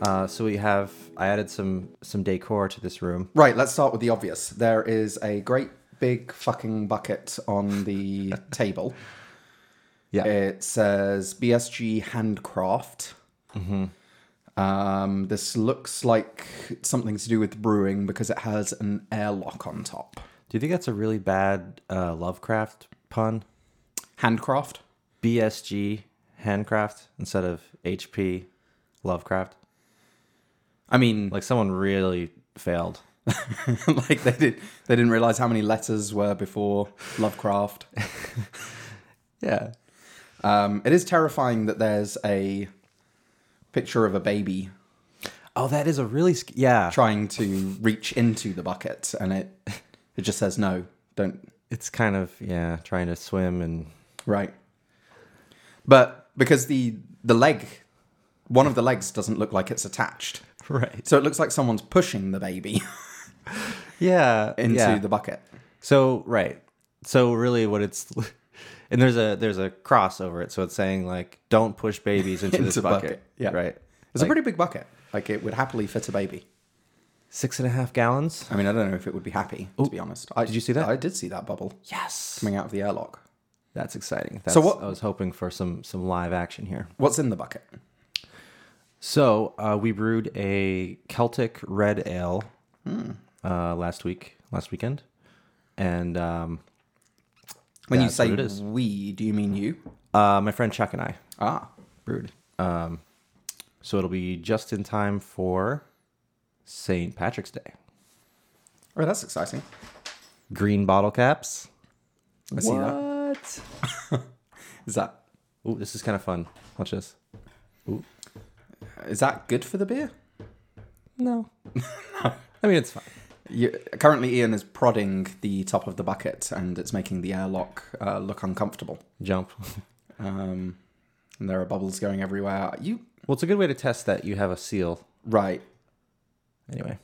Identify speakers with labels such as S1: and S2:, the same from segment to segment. S1: Uh, so we have. I added some some decor to this room.
S2: Right, let's start with the obvious. There is a great big fucking bucket on the table.
S1: Yeah.
S2: It says BSG Handcraft. Um, this looks like something to do with brewing because it has an airlock on top.
S1: Do you think that's a really bad uh, Lovecraft pun?
S2: Handcraft?
S1: BSG handcraft instead of HP Lovecraft.
S2: I mean,
S1: Like someone really failed.
S2: like they did they didn't realize how many letters were before Lovecraft.
S1: Yeah.
S2: Um, it is terrifying that there's a picture of a baby
S1: Oh, that is a really sc- yeah.
S2: trying to reach into the bucket and it it just says no don't
S1: It's kind of yeah, trying to swim and
S2: right but because the the leg one of the legs doesn't look like it's attached
S1: right.
S2: so it looks like someone's pushing the baby
S1: Yeah,
S2: into
S1: yeah.
S2: the bucket
S1: So right. So really, what it's and there's a there's a cross over it, so it's saying like don't push babies into, this
S2: Into
S1: bucket.
S2: bucket, yeah.
S1: Right.
S2: it's a pretty big bucket like it would happily fit a baby
S1: Six and a half gallons.
S2: i mean i don't know if it would be happy to be honest I,
S1: Did you see that?
S2: i did see that bubble
S1: Yes.
S2: coming out of the airlock
S1: That's exciting. That's,
S2: what-
S1: I was hoping for some some live action here.
S2: what's in the bucket
S1: So uh, we brewed a Celtic red ale uh, last week, last weekend, and um,
S2: when
S1: That's
S2: you say
S1: what it is.
S2: we do you mean you
S1: uh, my friend Chuck and I
S2: ah
S1: brewed. Um, so it'll be just in time for St. Patrick's Day.
S2: oh that's exciting
S1: Green bottle caps.
S2: i see that
S1: What?
S2: is that
S1: Ooh, this is kind of fun. Watch this.
S2: is that good for the beer
S1: No. I mean, it's fine.
S2: You, currently, Ian is prodding the top of the bucket, and it's making the airlock uh, look uncomfortable.
S1: Jump.
S2: Um, and there are bubbles going everywhere. You
S1: Well, it's a good way to test that you have a seal
S2: right?
S1: anyway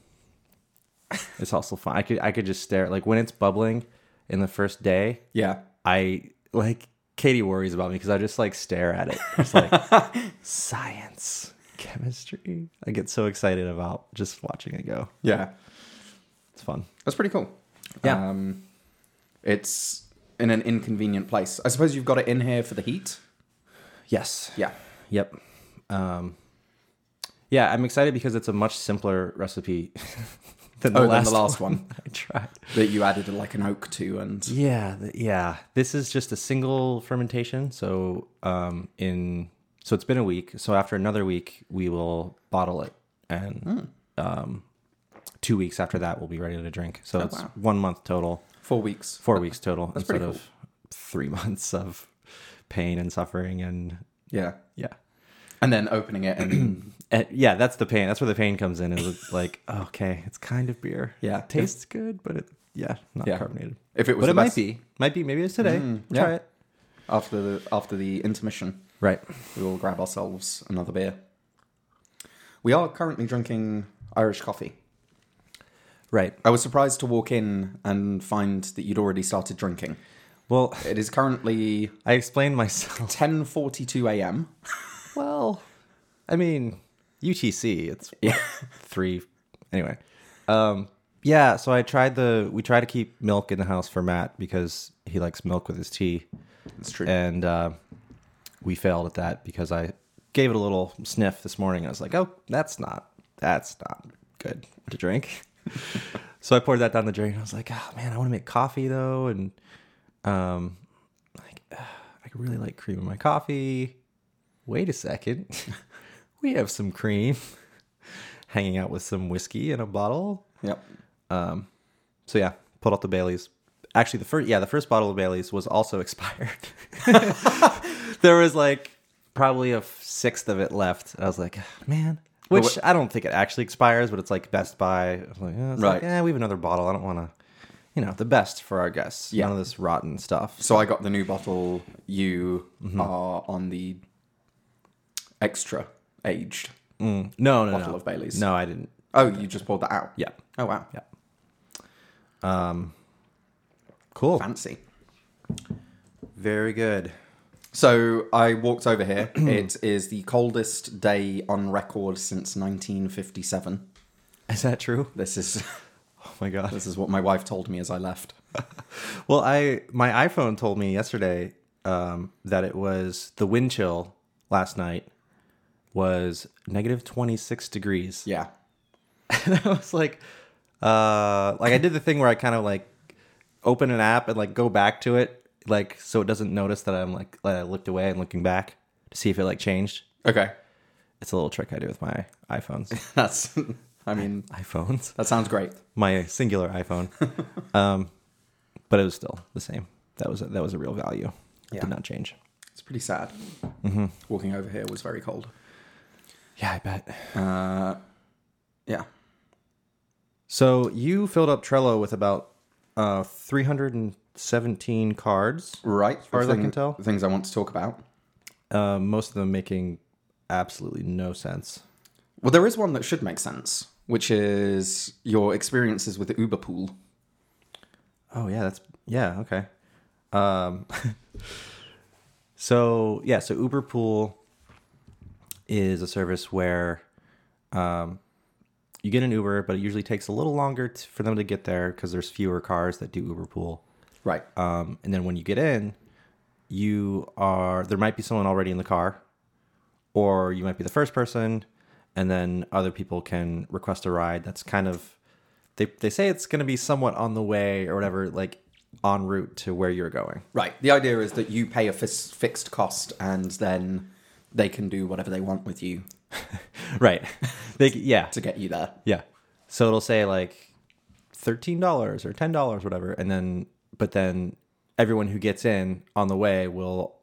S1: it's also fun i could i could just stare like when it's bubbling in the first day
S2: Yeah,
S1: i like katie worries about me because i just like stare at it it's like science chemistry i get so excited about just watching it go
S2: yeah.
S1: it's fun
S2: That's pretty cool.
S1: Yeah.
S2: Um, it's in an inconvenient place. I suppose you've got it in here for the heat.
S1: yes
S2: Yeah.
S1: yep um yeah i'm excited because it's a much simpler recipe than the,
S2: Oh,
S1: last,
S2: then the last one
S1: i tried
S2: that you added like an oak to, and
S1: Yeah, th- yeah. This is just a single fermentation. So um, in so it's been a week. So after another week, we will bottle it, and
S2: Hmm.
S1: um, two weeks after that, we'll be ready to drink. So it's
S2: Oh, wow.
S1: one month total,
S2: four weeks.
S1: four weeks total, instead
S2: pretty
S1: of three months of pain and suffering and
S2: Yeah.
S1: yeah.
S2: And then opening it, and
S1: And yeah, that's the pain. That's where the pain comes in. Is it's like, okay, it's kind of beer.
S2: Yeah.
S1: it tastes good, but it yeah, not
S2: Yeah.
S1: carbonated.
S2: if it was,
S1: But
S2: the
S1: it might
S2: best-
S1: be, might be. Maybe it's today. We'll
S2: yeah.
S1: Try it.
S2: after the after the intermission.
S1: Right.
S2: we will grab ourselves another beer. We are currently drinking Irish coffee.
S1: Right.
S2: I was surprised to walk in and find that you'd already started drinking.
S1: Well,
S2: It is currently
S1: I explained myself.
S2: 10:42 a.m.
S1: Well, I mean, UTC, it's three. Anyway, um, yeah. So I tried the. We try to keep milk in the house for Matt because he likes milk with his tea,
S2: It's true.
S1: and uh, we failed at that because I gave it a little sniff this morning. I was like, oh, that's not. That's not good to drink. so I poured that down the drain. I was like, oh man, I want to make coffee though, and um, like "Ah, I really like cream in my coffee. Wait a second. we have some cream hanging out with some whiskey in a bottle.
S2: Yep.
S1: So yeah, put out the Bailey's. Actually, the first yeah, the first bottle of Bailey's was also expired. there was like probably a sixth of it left. I was like, man, which I don't think it actually expires, but it's like Best Buy. I was like, eh, it's like,
S2: Right.
S1: eh, we have another bottle. I don't want to, you know, the best for our guests.
S2: Yeah.
S1: None of this rotten stuff.
S2: So I got the new bottle. You
S1: Mm-hmm.
S2: are on the extra aged.
S1: No, no,
S2: Bottle
S1: no.
S2: of Baileys.
S1: No, I didn't.
S2: Oh, you just poured that out.
S1: Yeah,
S2: Oh wow.
S1: Yeah. cool.
S2: Fancy.
S1: Very good.
S2: So I walked over here. it is the coldest day on record since 1957.
S1: Is that true?
S2: This is
S1: Oh my god.
S2: this is what my wife told me as I left.
S1: Well, I my iPhone told me yesterday um, that it was the wind chill last night was negative 26 degrees.
S2: Yeah.
S1: And I was like uh like I did the thing where I kind of like open an app and like go back to it like so it doesn't notice that I'm like that I looked away and looking back to see if it like changed.
S2: Okay.
S1: It's a little trick I do with my iPhones.
S2: That's I mean,
S1: iPhones.
S2: that sounds great.
S1: my singular iPhone. um, but it was still the same. That was a, that was a real value. It
S2: Yeah.
S1: Did not change.
S2: It's pretty sad.
S1: Mm-hmm.
S2: Walking over here was very cold.
S1: Yeah, I bet.
S2: Uh, yeah.
S1: So you filled up Trello with about uh, 317 cards,
S2: Right. As
S1: far as I can tell.
S2: The things I want to talk about.
S1: uh, most of them making absolutely no sense.
S2: Well, there is one that should make sense, which is your experiences with the Uber pool.
S1: Oh yeah, that's yeah okay. Um, so yeah, so Uber Pool is a service where um, you get an Uber, but it usually takes a little longer t- for them to get there because there's fewer cars that do Uber Pool.
S2: Right.
S1: Um, and then when you get in, you are there might be someone already in the car, or you might be the first person, and then other people can request a ride. That's kind of they they say it's going to be somewhat on the way or whatever, like en route to where you're going.
S2: Right. The idea is that you pay a fis- fixed cost and then they can do whatever they want with you
S1: Right? they yeah
S2: to get you there.
S1: yeah. So it'll say like thirteen dollars or ten dollars, whatever, and then but then everyone who gets in on the way will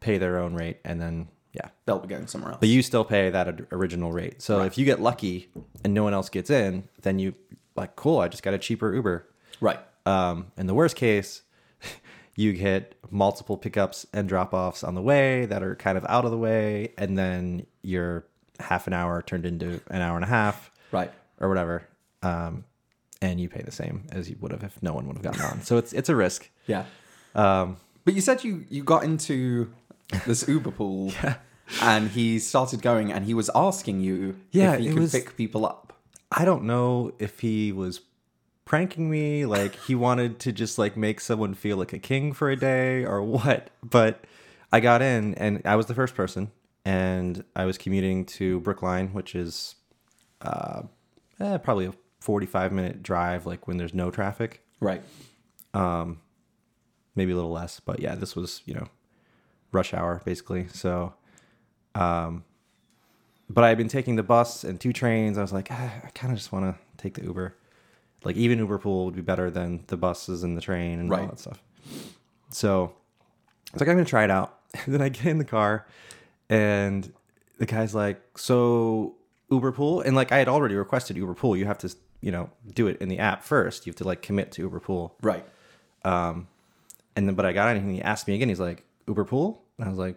S1: pay their own rate, and then yeah.
S2: They'll be going somewhere else.
S1: but you still pay that or- original rate. So if you get lucky and no one else gets in, then you like cool. I just got a cheaper Uber.
S2: right.
S1: Um, in the worst case, you get multiple pickups and drop offs on the way that are kind of out of the way, and then your half an hour turned into an hour and a half,
S2: Right.
S1: or whatever. Um, and you pay the same as you would have if no one would have gotten on. So it's it's a risk.
S2: Yeah. Um, but you said you, you got into this Uber pool and he started going and he was asking you
S1: Yeah,
S2: if he
S1: it
S2: could
S1: was-
S2: pick people up.
S1: I don't know if he was pranking me, like he wanted to just like make someone feel like a king for a day or what. But I got in and I was the first person and I was commuting to Brookline, which is uh, eh, probably a 45 minute drive, like when there's no traffic,
S2: Right.
S1: maybe a little less. But yeah, this was, you know, rush hour basically. So, um, but I had been taking the bus and two trains. I was like, ah, I kind of just want to take the Uber. Like even Uber pool would be better than the buses and the train and all
S2: Right.
S1: that stuff. So I was like, I'm gonna try it out. And then I get in the car, and the guy's like, "So Uber pool?" And like I had already requested Uber pool. You have to, you know, do it in the app first. You have to like commit to Uber pool.
S2: Right.
S1: And then, but I got on and he asked me again. He's like, Uber pool? And I was like,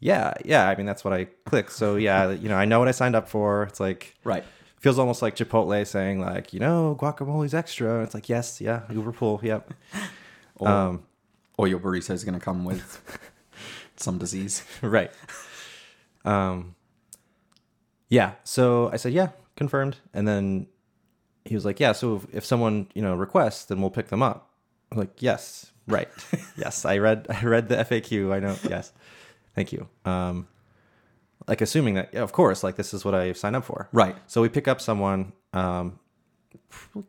S1: yeah, yeah. I mean, that's what I clicked. So yeah, you know, I know what I signed up for. It's like,
S2: Right.
S1: feels almost like Chipotle saying like, you know, guacamole's extra. And it's like, yes, yeah, Uber pool. Yep.
S2: Or, or your burrito's going to come with some disease.
S1: right. Um, yeah. So I said, yeah, confirmed. And then he was like, yeah, so if, if someone, you know, requests, then we'll pick them up. I'm like, yes, right. yes. I read, I read the FAQ. I know. Yes. Thank you. Um, like assuming that, yeah, of course, like this is what I signed up for.
S2: Right.
S1: So we pick up someone, um,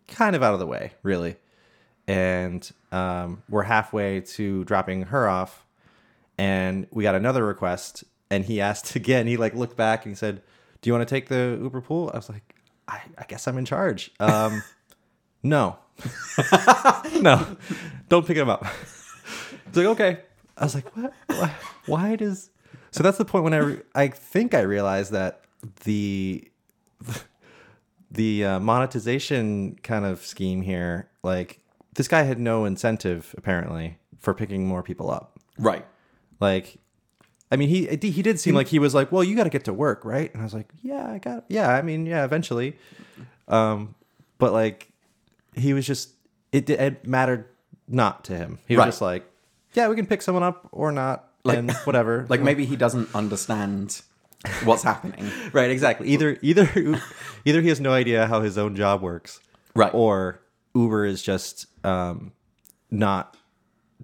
S1: kind of out of the way, really, and um, we're halfway to dropping her off, and we got another request, and he asked again. He like looked back and he said, "Do you want to take the Uber pool?" I was like, "I, I guess I'm in charge." Um, no, no, don't pick him up. It's like, okay. I was like, what? Why, why does? So that's the point when I re- I think I realized that the the uh, monetization kind of scheme here, like this guy had no incentive apparently for picking more people up.
S2: Right.
S1: Like, I mean, he he did seem like he was like, well, you got to get to work, right? And I was like, yeah, I got, yeah, I mean, yeah, eventually. Um, but like, he was just it, it mattered not to him. He was
S2: Right.
S1: just like, yeah, we can pick someone up or not,
S2: Like-
S1: and whatever.
S2: Like maybe he doesn't understand what's happening.
S1: right, exactly. Either either either he has no idea how his own job works,
S2: Right.
S1: or Uber is just um, not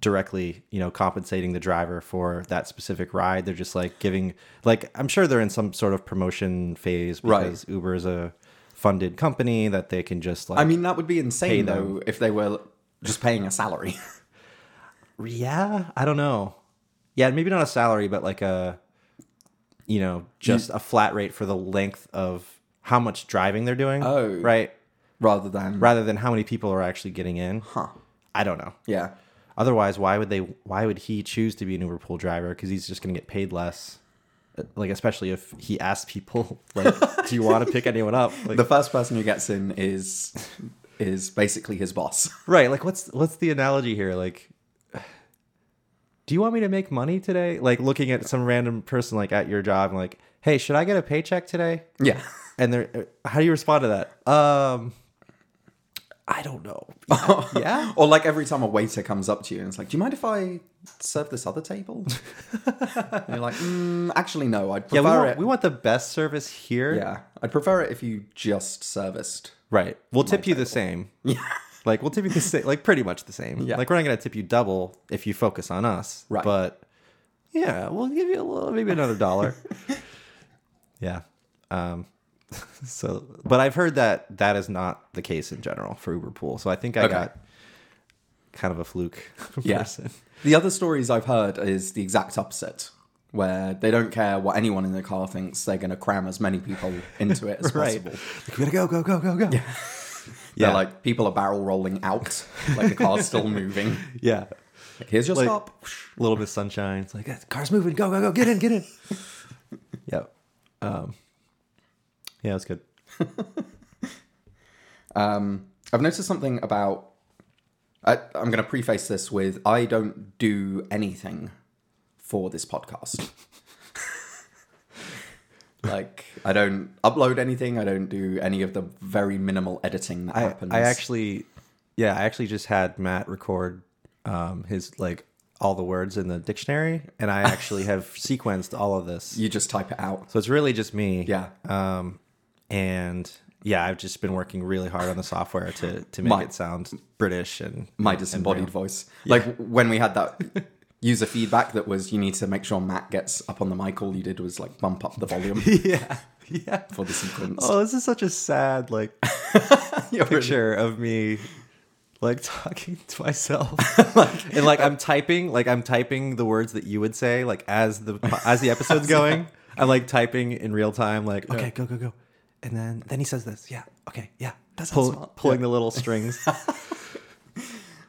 S1: directly, you know, compensating the driver for that specific ride. They're just like giving, like I'm sure they're in some sort of promotion phase
S2: Right.
S1: because Uber is a funded company that they can just like
S2: I mean, that would be insane though if they were just paying a salary.
S1: Yeah, I don't know. Yeah, maybe not a salary, but like a, you know, just a flat rate for the length of how much driving they're doing.
S2: Oh.
S1: right.
S2: rather than
S1: Rather than how many people are actually getting in.
S2: Huh.
S1: I don't know.
S2: Yeah.
S1: Otherwise, why would they? Why would he choose to be an Uber pool driver? Because he's just going to get paid less. Uh, Like especially if he asks people, like, do you want to pick anyone up? Like,
S2: The first person who gets in is is basically his boss.
S1: right. Like, what's what's the analogy here? Like. Do you want me to make money today? Like looking at some random person like at your job and like, "Hey, should I get a paycheck today?"
S2: Yeah.
S1: And they're, uh, how do you respond to that? Um, I don't know. Yeah. yeah?
S2: Or like every time a waiter comes up to you and it's like, "Do you mind if I serve this other table?" and you're like, mm, "Actually, no. I'd
S1: Yeah,
S2: prefer
S1: we want,
S2: it.
S1: we want the best service here.
S2: yeah, I'd prefer it if you just serviced."
S1: Right. We'll tip you the same. Yeah. Like we'll tip you the same, like pretty much the same.
S2: Yeah.
S1: Like we're not gonna tip you double if you focus on us.
S2: Right.
S1: But yeah, we'll give you a little, maybe another dollar. yeah. Um. So, but I've heard that that is not the case in general for Uber Pool. So I think I
S2: Okay.
S1: got kind of a fluke
S2: Yeah.
S1: person.
S2: The other stories I've heard is the exact opposite, where they don't care what anyone in the car thinks. They're going to cram as many people into it as possible.
S1: Like, we gotta go, go, go, go, go. Yeah.
S2: They're
S1: Yeah.
S2: like people are barrel rolling out, like the car's still moving.
S1: yeah.
S2: Like, Here's your
S1: Like-
S2: stop.
S1: A little bit of sunshine. It's like "Ah, the car's moving. Go, go, go. Get in, get in. yep. Um. Yeah, that's good.
S2: Um, I've noticed something about. I, I'm going to preface this with I don't do anything for this podcast. like I don't upload anything. I don't do any of the very minimal editing that
S1: I,
S2: happens.
S1: I actually, yeah, I actually just had Matt record um, his like all the words in the dictionary, and I actually have sequenced all of this.
S2: you just type it out.
S1: So it's really just me.
S2: Yeah.
S1: Um, and yeah, I've just been working really hard on the software to to make
S2: My-
S1: it sound British and
S2: my disembodied voice. Like when we had that user feedback that was you need to make sure Matt gets up on the mic. All you did was like bump up the volume
S1: yeah, yeah.
S2: for the sequence.
S1: Oh, this is such a sad like
S2: You're really-
S1: picture of me like talking to myself and like i'm typing like i'm typing the words that you would say like as the as the episode's going i'm like typing in real time like okay go go go and then then he says this yeah okay yeah that's Pull,
S2: smart.
S1: pulling the little strings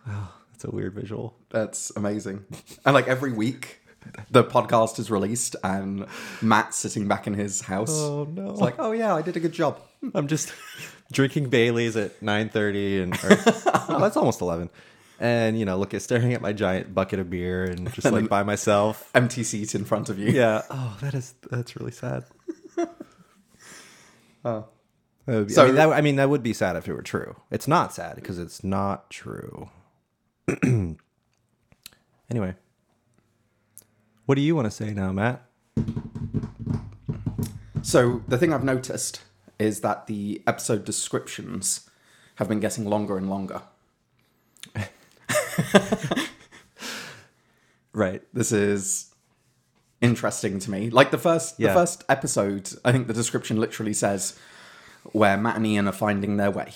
S1: oh, that's a weird visual
S2: That's amazing. And like every week, the podcast is released, and Matt's sitting back in his house.
S1: Oh, no.
S2: It's like, oh yeah, I did a good job.
S1: i'm just drinking baileys at 9.30 and or, well, that's almost 11 and you know look at staring at my giant bucket of beer and just like by myself
S2: Empty seat in front of you.
S1: Yeah. Oh, that is that's really sad.
S2: Oh.
S1: That would be- I
S2: So-
S1: mean, that, I mean, that would be sad if it were true. It's not sad because it's not true. anyway, what do you want to say now, Matt?
S2: So the thing I've noticed is that the episode descriptions have been getting longer and longer.
S1: Right.
S2: this is interesting to me. Like the first
S1: Yeah.
S2: the first episode, I think the description literally says where Matt and Ian are finding their way.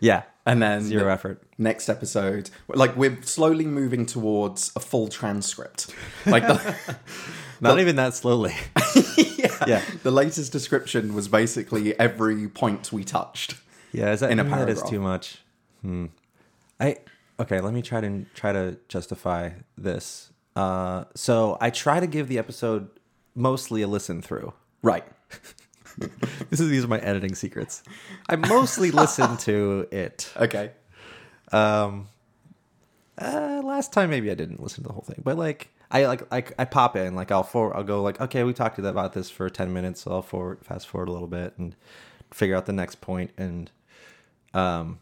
S1: Yeah.
S2: And then
S1: Zero
S2: the
S1: effort.
S2: next episode, like we're slowly moving towards a full transcript. Like the,
S1: Not even that slowly.
S2: yeah,
S1: Yeah.
S2: the latest description was basically every point we touched.
S1: Yeah. Is that,
S2: In a
S1: that is
S2: paragraph.
S1: too much. Hmm. I okay. Let me try to try to justify this. Uh, so I try to give the episode mostly a listen through.
S2: Right.
S1: This is these are my editing secrets. I mostly listen to it.
S2: Okay.
S1: Um, uh, last time maybe I didn't listen to the whole thing, but like I like I, I pop in like I'll forward, I'll go like okay we talked about this for ten minutes, so I'll forward fast forward a little bit and figure out the next point and um,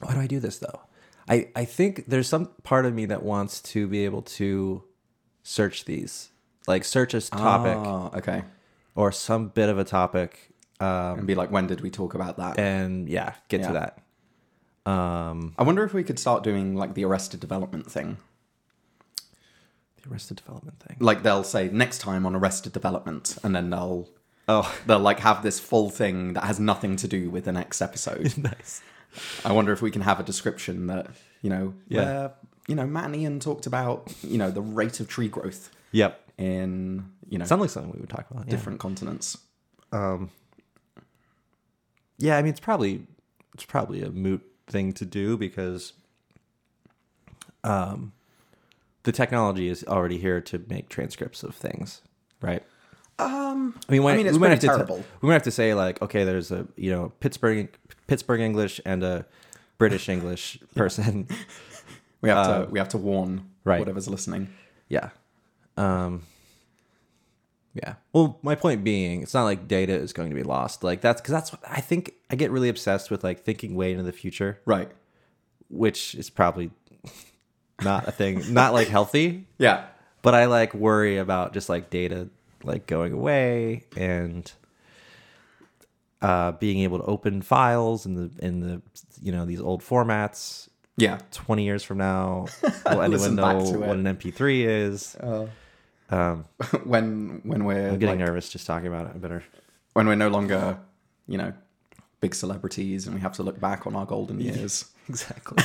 S1: why do I do this though? I, I think there's some part of me that wants to be able to search these, like search a topic
S2: Oh, okay.
S1: or some bit of a topic, um,
S2: And be like, when did we talk about that?
S1: and yeah, get to
S2: Yeah.
S1: that. Um,
S2: I wonder if we could start doing like the Arrested Development thing.
S1: the Arrested Development thing.
S2: Like they'll say next time on Arrested Development, and then they'll
S1: Oh,
S2: they'll like have this full thing that has nothing to do with the next episode.
S1: nice.
S2: I wonder if we can have a description that you know,
S1: Yeah.
S2: where, you know, Matt and Ian talked about you know the rate of tree growth
S1: Yep.
S2: in you know
S1: Sounds like something we would talk about. Yeah.
S2: different continents.
S1: Um, yeah, I mean it's probably it's probably a moot thing to do because um, the technology is already here to make transcripts of things, right?
S2: Um,
S1: I mean, when,
S2: I mean, it's
S1: we might have
S2: pretty
S1: to
S2: terrible.
S1: we might have to say like, okay, there's a you know Pittsburgh Pittsburgh English and a British English person,
S2: we have to we have to warn
S1: Uh, right.
S2: whatever's listening.
S1: yeah, um, yeah. Well, my point being, it's not like data is going to be lost. Like that's because that's what I think I get really obsessed with like thinking way into the future,
S2: Right.
S1: which is probably not a thing, not like healthy.
S2: Yeah.
S1: But I like worry about just like data like going away and uh, being able to open files in the in the you know these old formats.
S2: Yeah.
S1: Twenty years from now, will anyone
S2: Listen back
S1: know
S2: to it.
S1: what an MP3 is?
S2: when when we're
S1: I'm getting
S2: like,
S1: nervous just talking about it. I better.
S2: when we're no longer, you know, big celebrities and we have to look back on our golden years,
S1: Exactly.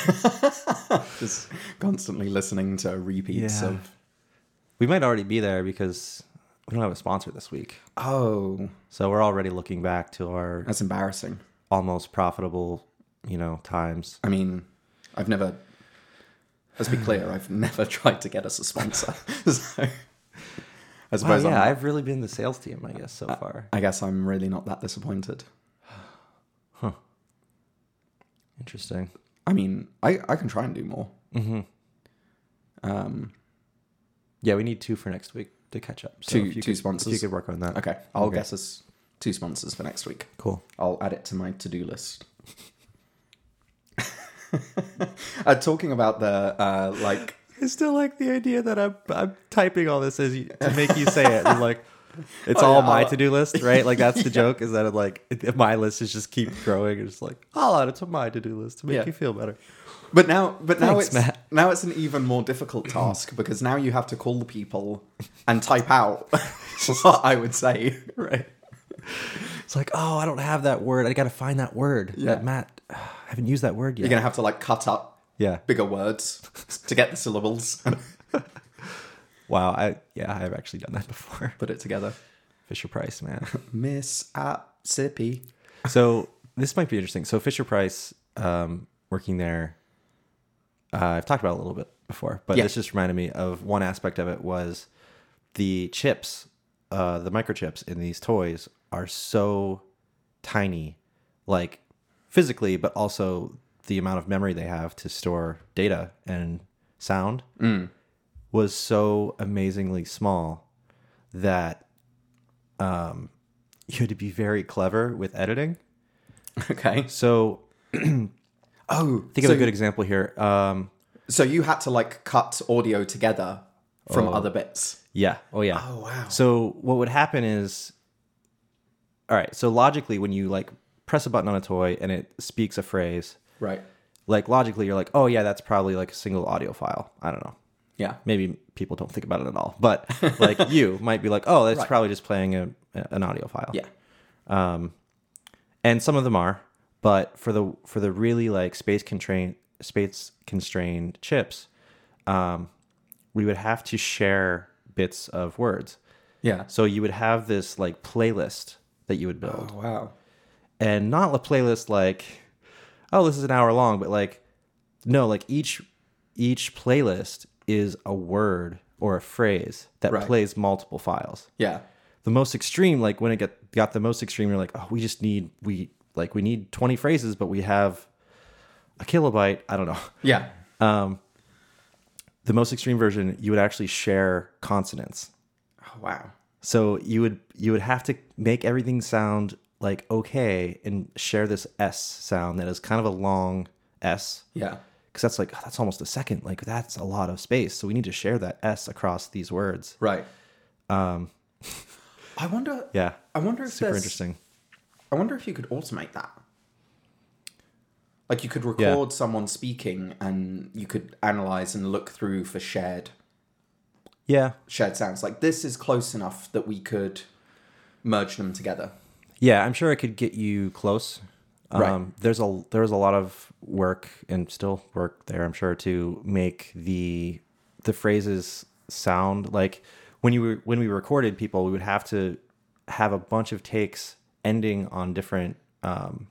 S2: just constantly listening to repeats
S1: Yeah.
S2: of
S1: we might already be there because we don't have a sponsor this week,
S2: oh,
S1: so we're already looking back to our
S2: that's embarrassing.
S1: almost profitable, you know, times.
S2: I mean, I've never. Let's be clear, I've never tried to get us a sponsor. so, I
S1: Wow,
S2: suppose
S1: Oh, yeah,
S2: I'm, Uh,
S1: I've really been the sales team, I guess, so far.
S2: I guess I'm really not that disappointed.
S1: Interesting.
S2: I mean, I, I can try and do more. Mm-hmm. Um,
S1: Yeah, we need two for next week to catch up. So
S2: Two-
S1: if you
S2: two
S1: could, If
S2: sponsors.
S1: you could work on that.
S2: okay, I'll
S1: Okay.
S2: guess us two sponsors for next week.
S1: Cool.
S2: I'll add it to my to do list. uh, talking about the uh, like,
S1: I still like the idea that I'm, I'm typing all this as you, to make you say it. and, like, it's
S2: Oh,
S1: all
S2: yeah,
S1: my
S2: I'll-
S1: to do list, right? Like that's the joke is that it, like it- my list is just keep growing. It's like I'll add it to my to do list to make
S2: Yeah.
S1: you feel better.
S2: but now, but now
S1: Thanks,
S2: it's
S1: Matt.
S2: now it's an even more difficult task because now you have to call the people and type out what I would say.
S1: Right. It's like oh, I don't have that word. I got to find that word.
S2: Yeah.
S1: That Matt, I haven't used that word
S2: You're
S1: yet.
S2: gonna have to like cut up
S1: yeah.
S2: bigger words to get the syllables and
S1: Wow. I yeah, I've actually done that before.
S2: put it together.
S1: Fisher Price, man.
S2: Miss Sippy.
S1: So this might be interesting. So Fisher Price, um, working there, uh, I've talked about it a little bit before, but
S2: Yeah.
S1: this just reminded me of one aspect of it was the chips, uh, the microchips in these toys are so tiny, like physically, but also the amount of memory they have to store data and sound was so amazingly small that um, you had to be very clever with editing.
S2: Okay.
S1: So
S2: Oh,
S1: think
S2: so,
S1: of a good example here. Um,
S2: so you had to like cut audio together from
S1: Oh.
S2: other bits.
S1: yeah. Oh yeah.
S2: Oh wow.
S1: So what would happen is, all right. So logically, when you like press a button on a toy and it speaks a phrase,
S2: Right.
S1: like logically, you're like, oh yeah, that's probably like a single audio file. I don't know.
S2: Yeah.
S1: Maybe people don't think about it at all, but like you might be like, oh, that's
S2: Right.
S1: probably just playing a, an audio file.
S2: Yeah.
S1: and some of them are but for the for the really like space constrained space constrained chips um, we would have to share bits of words
S2: Yeah.
S1: so you would have this like playlist that you would build
S2: Oh wow.
S1: and not a playlist like oh this is an hour long but like no like each each playlist is a word or a phrase that
S2: Right.
S1: plays multiple files
S2: Yeah.
S1: the most extreme like when it get, got the most extreme you're like oh we just need we like we need 20 phrases but we have a kilobyte i don't know
S2: Yeah.
S1: the most extreme version you would actually share consonants
S2: Oh wow.
S1: so you would you would have to make everything sound like okay and share this s sound that is kind of a long s
S2: Yeah.
S1: because that's like oh, that's almost a second. Like that's a lot of space. So we need to share that s across these words.
S2: Right. Um. I wonder.
S1: Um. Yeah,
S2: I wonder if
S1: super
S2: there's-
S1: interesting.
S2: I wonder if you could automate that. Like you could record
S1: Yeah.
S2: someone speaking, and you could analyze and look through for shared
S1: Yeah,
S2: shared sounds. Like this is close enough that we could merge them together.
S1: Yeah, I'm sure I could get you close. Um,
S2: Right.
S1: There's a there's a lot of work and still work there, I'm sure, to make the the phrases sound like when you were, when we recorded people, we would have to have a bunch of takes ending on different um,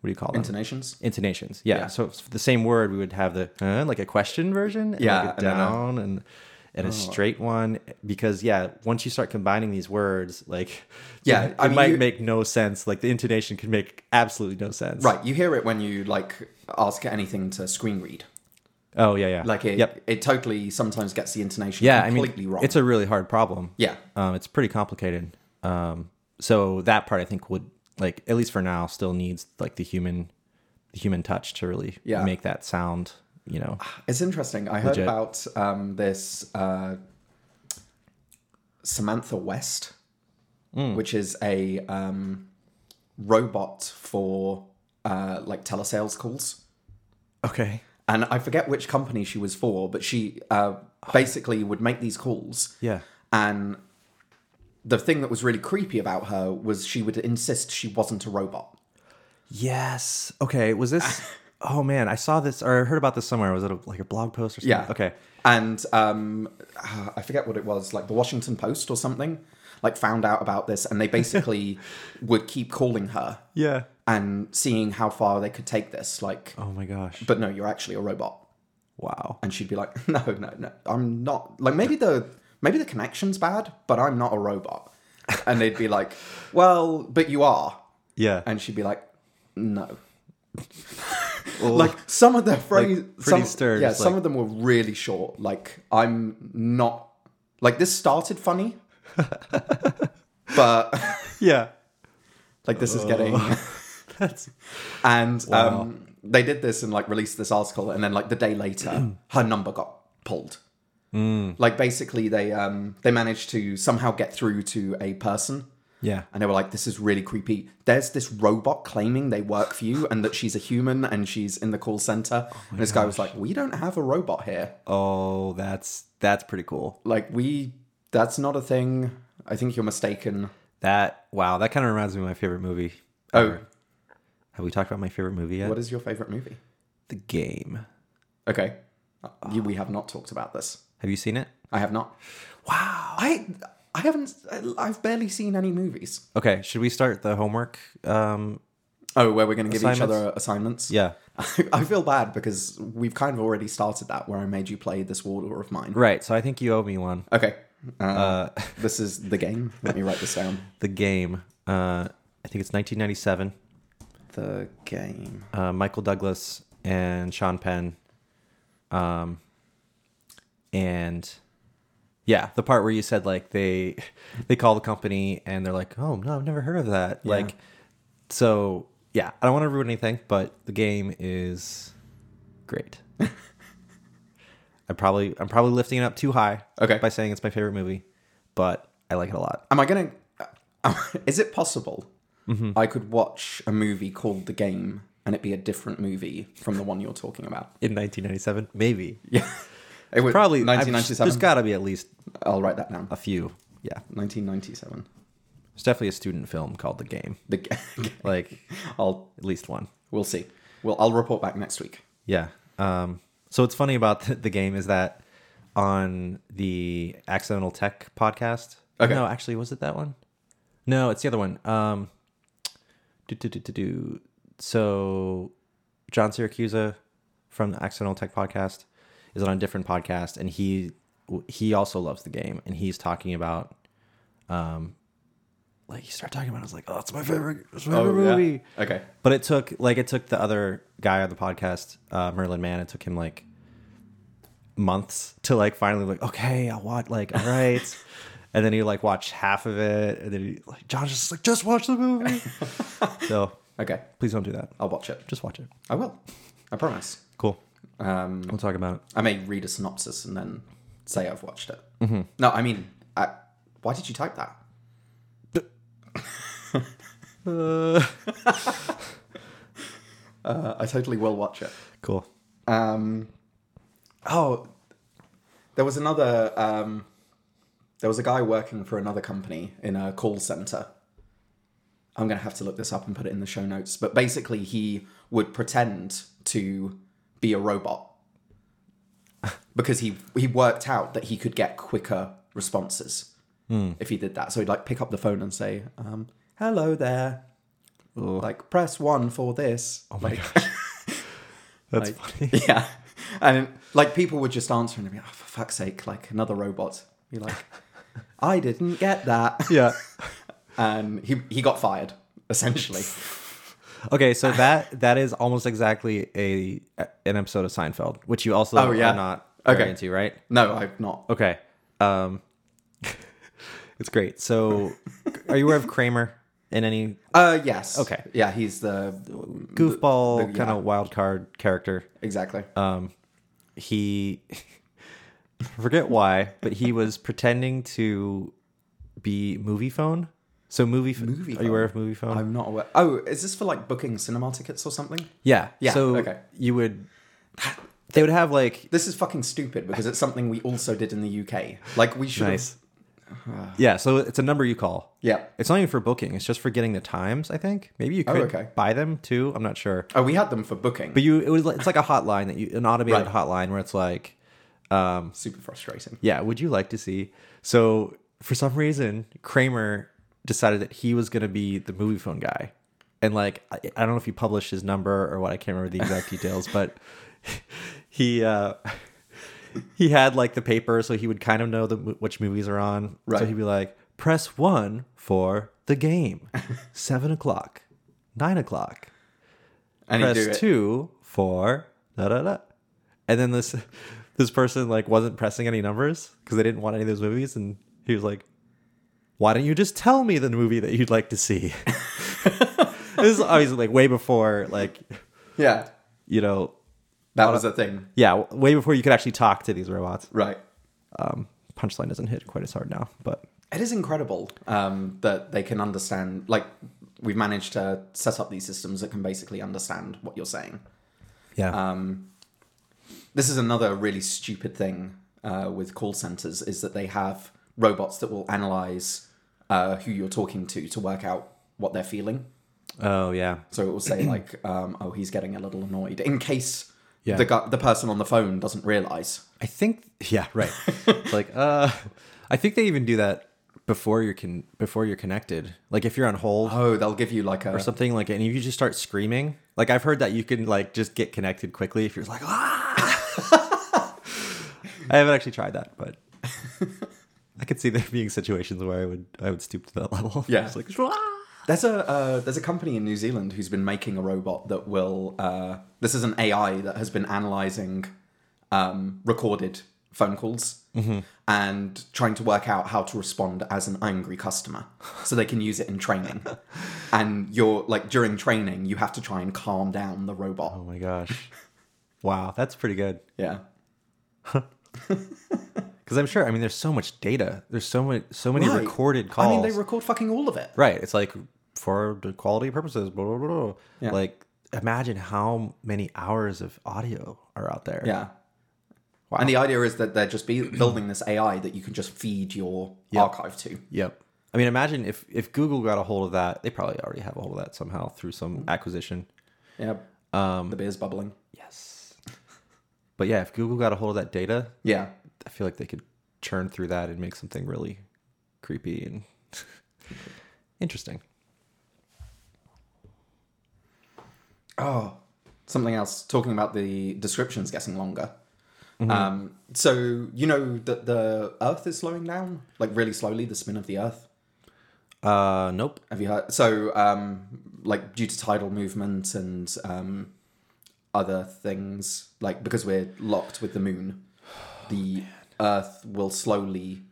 S1: what do you call them?
S2: Intonations.
S1: intonations. Yeah.
S2: Yeah.
S1: So for the same word, we would have the uh, like a question version, and
S2: Yeah,
S1: like
S2: Oh.
S1: a
S2: and then a-
S1: down, and and a straight one. Because yeah, once you start combining these words, like
S2: Yeah,
S1: it
S2: I mean,
S1: might
S2: you-
S1: make no sense. Like the intonation can make absolutely no sense.
S2: Right. You hear it when you like ask anything to screen read.
S1: Oh yeah, yeah.
S2: Like it.
S1: Yep.
S2: It totally sometimes gets the intonation
S1: Yeah.
S2: completely
S1: I mean,
S2: wrong.
S1: it's a really hard problem.
S2: yeah.
S1: Um, it's pretty complicated. Um, so that part I think would like at least for now still needs like the human, the human touch to really
S2: Yeah.
S1: make that sound. You know.
S2: It's interesting. I heard
S1: Legit.
S2: about um, this uh, Samantha West,
S1: Mm.
S2: which is a um, robot for uh, like telesales calls.
S1: Okay.
S2: And I forget which company she was for, but she uh, basically would make these calls.
S1: Oh. Yeah.
S2: And the thing that was really creepy about her was she would insist she wasn't a robot.
S1: Yes. Okay. Was this? oh man, I saw this or I heard about this somewhere. Was it a, like a blog post or something?
S2: Yeah.
S1: Okay.
S2: And um, ah, I forget what it was, like the Washington Post or something, like found out about this, and they basically would keep calling her
S1: Yeah.
S2: and seeing how far they could take this. Like,
S1: Oh my gosh.
S2: but no, you're actually a robot,
S1: Wow.
S2: and she'd be like, no, no, no, I'm not. Like, maybe the maybe the connection's bad, but I'm not a robot. And they'd be like, well, but you are,
S1: Yeah.
S2: and she'd be like, no. like some of their phrases,
S1: pretty
S2: some,
S1: stern,
S2: Yeah,
S1: just
S2: some
S1: like-
S2: of them were really short. Like I'm not like this started funny, but
S1: yeah.
S2: like this is getting.
S1: Oh. That's
S2: And um, they did this and like released this article, and then like the day later, her number got pulled.
S1: Mm.
S2: Like basically, they um they managed to somehow get through to a person.
S1: yeah.
S2: And they were like, this is really creepy. There's this robot claiming they work for you and that she's a human and she's in the call center. and this guy was like, we don't have a robot here.
S1: Oh, that's that's pretty cool.
S2: Like, we, that's not a thing. I think you're mistaken.
S1: That wow. That kind of reminds me of my favorite movie.
S2: Oh,
S1: ever. Have we talked about my favorite movie yet?
S2: what is your favorite movie?
S1: the game?
S2: Okay. You, we have not talked about this.
S1: Have you seen it?
S2: I have not.
S1: Wow.
S2: I, I haven't, I've barely seen any movies.
S1: Okay. Should we start the homework? Um.
S2: Oh, where we're going to give each
S1: Assignments?
S2: other assignments?
S1: Yeah.
S2: I feel bad because we've kind of already started that where I made you play this war of mine.
S1: Right. So I think you owe me one.
S2: Okay. Uh, this is the game. Let me write this down.
S1: The game. Uh. I think it's 1997.
S2: The game.
S1: uh, Michael Douglas and Sean Penn. Um, and yeah, the part where you said like they they call the company and they're like, oh no, I've never heard of that. Like, so yeah, I don't want to ruin anything, but the game is great. I probably I'm probably lifting it up too high
S2: Okay.
S1: by saying it's my favorite movie, but I like it a lot.
S2: Am I gonna? uh, is it possible I could watch a movie called The Game and it be a different movie from the one you're talking about?
S1: In 1997, maybe
S2: Yeah. It was
S1: probably I'm- There's
S2: 1997.
S1: got to be at least
S2: I'll write that down.
S1: a few. Yeah,
S2: 1997.
S1: It's definitely a student film called The Game.
S2: The game.
S1: Like
S2: I'll.
S1: at least one.
S2: We'll see. Well, I'll report back next week.
S1: Yeah. Um, so what's funny about the, the game is that on the Accidental Tech podcast.
S2: Okay.
S1: No, actually, was it that one? No, it's the other one. Um, do, do, do, do, do. So John Syracuse from the Accidental Tech podcast is on a different podcast, and he he also loves the game, and he's talking about um, like he started talking about. It, I was like, oh, it's my favorite, it's
S2: Oh,
S1: my favorite movie.
S2: Okay.
S1: But it took like it took the other guy on the podcast, uh, Merlin Mann. It took him like months to like finally like okay, I watch like all right, and then he like watched half of it, and then he like John's just like just watch the movie. so
S2: Okay.
S1: please don't do that.
S2: I'll watch it.
S1: Just watch it.
S2: I will. I promise.
S1: Cool.
S2: Um,
S1: We'll talk about it.
S2: I may read a synopsis and then say I've watched it. No, I mean, I, why did you type that? Uh, I totally will watch it.
S1: cool.
S2: Um, oh, there was another. Um, there was a guy working for another company in a call center. I'm gonna have to look this up and put it in the show notes. But basically, he would pretend to be a robot because he he worked out that he could get quicker responses if he did that. So he'd like pick up the phone and say, um, "Hello there," like press one for this. Oh my like,
S1: That's
S2: Like-
S1: funny.
S2: yeah. And like people would just answer and they'd be like, oh, for fuck's sake, like another robot. Be like, I didn't get that.
S1: Yeah.
S2: And he, he got fired, essentially.
S1: Okay, so that that is almost exactly a an episode of Seinfeld, which you also
S2: Oh, yeah.
S1: are not very
S2: Okay.
S1: into, right?
S2: No, I've not.
S1: Okay. Um It's great. So are you aware of Kramer in any
S2: Uh, yes.
S1: Okay.
S2: Yeah, he's the.
S1: goofball
S2: the- yeah.
S1: kind of wild card character?
S2: Exactly.
S1: Um he I forget why, but he was pretending to be movie phone. So movie, ph-
S2: Movie
S1: Are you aware of movie phone?
S2: I'm not aware. Oh, is this for like booking cinema tickets or something?
S1: yeah.
S2: Yeah,
S1: So
S2: okay.
S1: you would they would have like
S2: This is fucking stupid because it's something we also did in the UK. Like, we should.
S1: Nice. yeah, so it's a number you call.
S2: Yeah.
S1: It's not even for booking, it's just for getting the times, I think. Maybe you could
S2: Oh, okay.
S1: buy them too, I'm not sure.
S2: Oh, we had them for booking.
S1: But you it was like, it's like a hotline that you an automated
S2: Right.
S1: hotline where it's like,
S2: Super frustrating.
S1: yeah, would you like to see? So for some reason, Kramer decided that he was going to be the movie phone guy. And like I, I don't know if he published his number or what, I can't remember the exact details, but he uh he had like the paper so he would kind of know the, mo- which movies are on so
S2: Right.
S1: he'd be like press one for the game seven o'clock nine o'clock
S2: And he'd do
S1: press
S2: it.
S1: two for da da da and then this this person like wasn't pressing any numbers because they didn't want any of those movies and he was like why don't you just tell me the movie that you'd like to see this is obviously like way before like
S2: Yeah.
S1: you know
S2: That was the thing.
S1: yeah way before you could actually talk to these robots
S2: Right.
S1: um, punchline doesn't hit quite as hard now, but
S2: It is incredible um, that they can understand. Like we've managed to set up these systems that can basically understand what you're saying.
S1: yeah,
S2: Um, this is another really stupid thing uh, with call centers is that they have robots that will analyze uh, who you're talking to to work out what they're feeling.
S1: oh yeah,
S2: So it will say like, um, "Oh, he's getting a little annoyed," in case
S1: Yeah.
S2: the gu- the person on the phone doesn't realize.
S1: I think yeah, right. It's like uh, I think they even do that before you're con- before you're connected. Like if you're on hold
S2: Oh, they'll give you like a
S1: or something like, and if you just start screaming, like I've heard that you can like just get connected quickly if you're like ah. I haven't actually tried that, but. I could see there being situations where I would I would stoop to that level.
S2: Yeah.
S1: It's like "Ah!"
S2: There's a uh, there's a company in New Zealand who's been making a robot that will. Uh, this is an AI that has been analyzing um, recorded phone calls
S1: Mm-hmm.
S2: and trying to work out how to respond as an angry customer, so they can use it in training. and you're like during training, you have to try and calm down the robot.
S1: Oh my gosh. Wow, that's pretty good.
S2: Yeah,
S1: Because I'm sure, I mean, there's so much data. There's so much, so many
S2: Right.
S1: recorded calls.
S2: I mean, they record fucking all of it.
S1: right. It's like for the quality purposes. Blah, blah, blah, blah.
S2: Yeah.
S1: Like, imagine how many hours of audio are out there.
S2: Yeah.
S1: Wow.
S2: And the idea is that they're just be- building this AI that you can just feed your archive to.
S1: Yep. I mean, imagine if if Google got a hold of that. They probably already have a hold of that somehow through some acquisition.
S2: Yeah. Um, the beer's bubbling.
S1: Yes. But yeah, if Google got a hold of that data,
S2: Yeah.
S1: I feel like they could churn through that and make something really creepy and interesting.
S2: Oh, something else. Talking about the descriptions getting longer. Um, so you know that the Earth is slowing down, like really slowly. The spin of the Earth.
S1: Uh, nope.
S2: Have you heard? So, um, like due to tidal movement and um, other things, like because we're locked with the moon, the Earth will slowly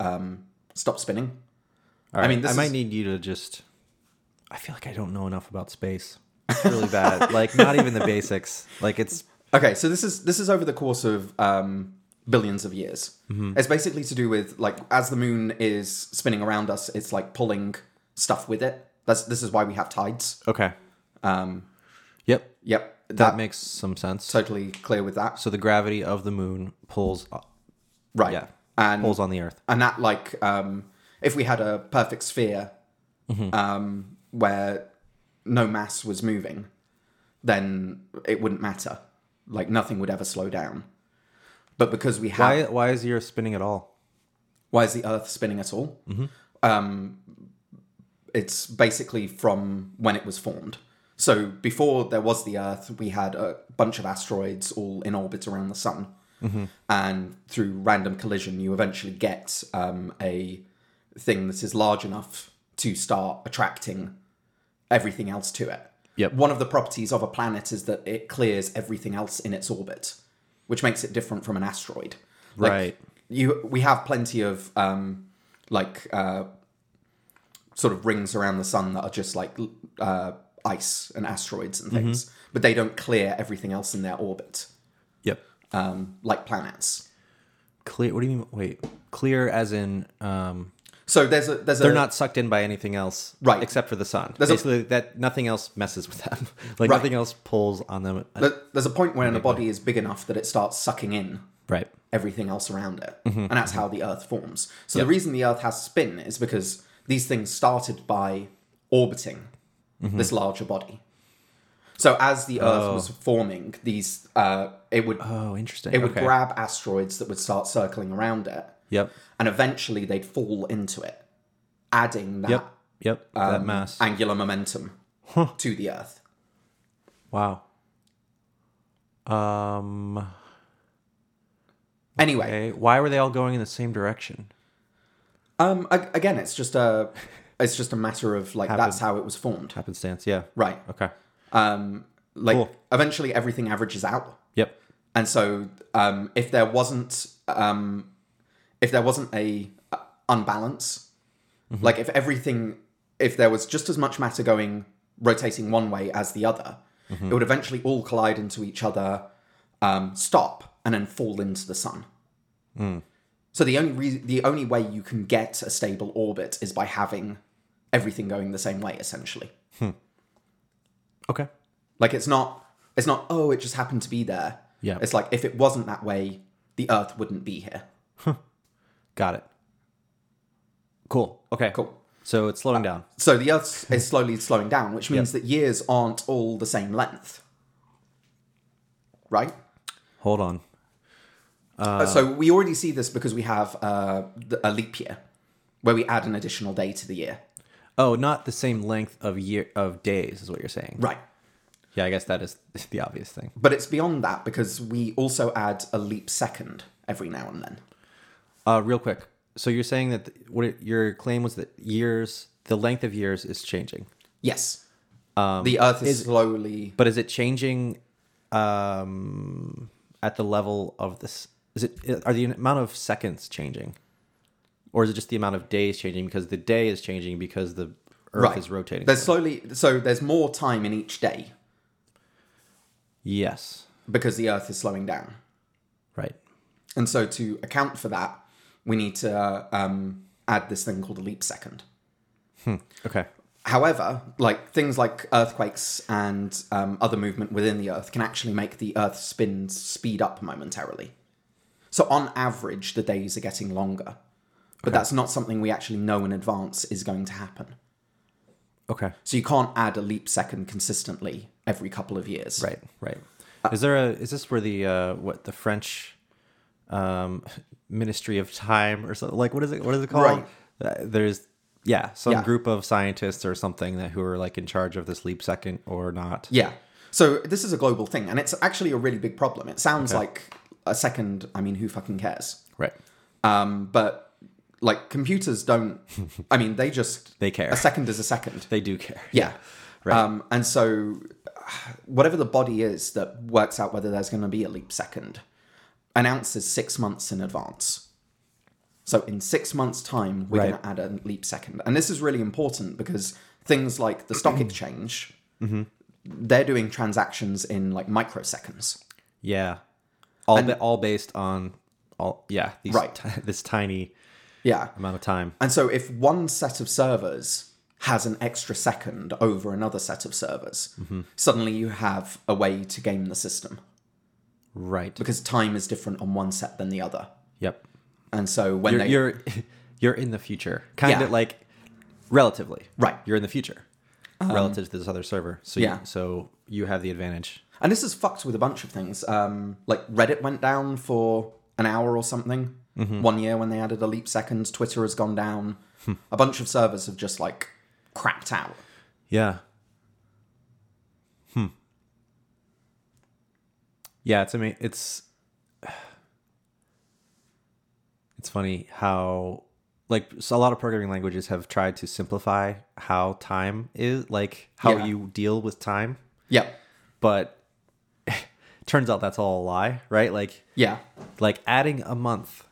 S2: um, stop spinning.
S1: All right. I
S2: mean,
S1: mean,
S2: this
S1: I might
S2: is-
S1: need you to just. I feel like I don't know enough about space. It's really bad. Like, not even the basics. Like, it's
S2: Okay, so this is this is over the course of um, billions of years.
S1: Mm-hmm.
S2: It's basically to do with like as the moon is spinning around us, it's like pulling stuff with it. That's this is why we have tides.
S1: Okay.
S2: Um,
S1: Yep.
S2: yep,
S1: That
S2: that
S1: makes some sense. So,
S2: totally clear with that.
S1: the gravity of the moon pulls up,
S2: Right.
S1: yeah,
S2: And
S1: pulls on the earth.
S2: and that like um if we had a perfect sphere
S1: Mm-hmm.
S2: um where no mass was moving then it wouldn't matter like nothing would ever slow down but because we have
S1: Why why is the earth spinning at all?
S2: why is the earth spinning at all um it's basically from when it was formed so before there was the earth we had a bunch of asteroids all in orbit around the sun and through random collision you eventually get um, a thing that is large enough to start attracting everything else to it
S1: Yep.
S2: one of the properties of a planet is that it clears everything else in its orbit which makes it different from an asteroid Like,
S1: Right.
S2: you we have plenty of um like uh sort of rings around the sun that are just like l- uh ice and asteroids and things
S1: Mm-hmm.
S2: but they don't clear everything else in their orbit
S1: Yep.
S2: um like planets
S1: Clear. What do you mean? Wait. Clear as in um,
S2: so there's a there's
S1: they're
S2: a
S1: not sucked in by anything else,
S2: Right.
S1: Except for the sun.
S2: a-
S1: Basically, that nothing else messes with them. like
S2: Right.
S1: nothing else pulls on them.
S2: there- there's a point when a body is big enough that it starts sucking in
S1: right.
S2: everything else around it.
S1: Mm-hmm.
S2: And that's how the Earth forms. So the reason the Earth has spin is because these things started by orbiting
S1: Mm-hmm.
S2: this larger body. So as the Earth was forming, these uh, it would
S1: Oh, interesting.
S2: it would
S1: okay.
S2: grab asteroids that would start circling around it,
S1: Yep.
S2: and eventually they'd fall into it, adding that
S1: Yep. Yep. that
S2: um,
S1: mass.
S2: angular momentum to the Earth.
S1: wow. Um.
S2: Anyway,
S1: Okay. Why were they all going in the same direction?
S2: um, a- again, it's just a it's just a matter of like that's how it was formed,
S1: Happenstance. Yeah.
S2: right?
S1: Okay.
S2: um, like
S1: Cool.
S2: eventually everything averages out
S1: Yep.
S2: and so um, if there wasn't um, if there wasn't a uh, unbalance like if everything if there was just as much matter going rotating one way as the other it would eventually all collide into each other um, stop and then fall into the sun so the only re- the only way you can get a stable orbit is by having everything going the same way essentially
S1: Okay.
S2: Like it's not it's not oh it just happened to be there.
S1: Yeah.
S2: It's like if it wasn't that way, the Earth wouldn't be here.
S1: Got it. Cool. Okay.
S2: Cool. Uh,
S1: So it's slowing down.
S2: So the Earth is slowly slowing down, which means that years aren't all the same length. Right.
S1: Hold on.
S2: Uh, so we already see this because we have uh, th- a leap year, where we add an additional day to the year.
S1: Oh, not the same length of year of days is what you're saying.
S2: Right.
S1: Yeah, I guess that is the obvious thing.
S2: But it's beyond that because we also add a leap second every now and then.
S1: Uh, real quick. So you're saying that th- what it, your claim was that years, the length of years is changing,
S2: Yes. the Earth Um, is slowly
S1: but is it changing um, at the level of this? Is it are the amount of seconds changing, or is it just the amount of days changing because the day is changing because the Earth is rotating?
S2: There's slowly so there's more time in each day
S1: yes,
S2: because the Earth is slowing down,
S1: right.
S2: and so to account for that, we need to um, add this thing called a leap second.
S1: Okay.
S2: However, like things like earthquakes and um, other movement within the Earth can actually make the Earth spin speed up momentarily. So on average, the days are getting longer, but that's not something we actually know in advance is going to happen.
S1: Okay.
S2: So you can't add a leap second consistently every couple of years.
S1: Right, right. is there a is this where the uh what the French um Ministry of Time or something like what is it what is it called?
S2: Right.
S1: Uh, there's yeah, some
S2: Yeah.
S1: group of scientists or something that who are like in charge of this leap second or not.
S2: Yeah. So this is a global thing, and it's actually a really big problem. It sounds like a second. I mean, who fucking cares?
S1: Right.
S2: Um, but like computers don't. I mean, they just
S1: They care.
S2: A second is a second.
S1: They do care.
S2: Yeah. Right. Um, and so, whatever the body is that works out whether there's going to be a leap second announces six months in advance. So, in six months' time, we're
S1: Right.
S2: going to add a leap second. And this is really important because things like Mm-hmm. the stock exchange, they're doing transactions in like microseconds.
S1: Yeah. All ba- all based on all yeah, these
S2: Right.
S1: ti- this tiny
S2: Yeah.
S1: amount of time.
S2: And so if one set of servers has an extra second over another set of servers, suddenly you have a way to game the system
S1: Right.
S2: because time is different on one set than the other.
S1: Yep.
S2: And so when
S1: You're
S2: they
S1: you're, you're in the future. Kind
S2: Yeah.
S1: of like relatively.
S2: Right. Um,
S1: You're in the future relative to this other server. So you-
S2: yeah.
S1: so you have the advantage.
S2: and this is fucked with a bunch of things. Um, like Reddit went down for an hour or something
S1: Mm-hmm.
S2: one year when they added a leap second. Twitter has gone down. a bunch of servers have just like crapped out.
S1: Yeah. Hmm. Yeah, it's I mean it's it's funny how like so a lot of programming languages have tried to simplify how time is like how
S2: Yeah.
S1: you deal with time,
S2: Yeah,
S1: but turns out that's all a lie, right? Like
S2: yeah,
S1: like adding a month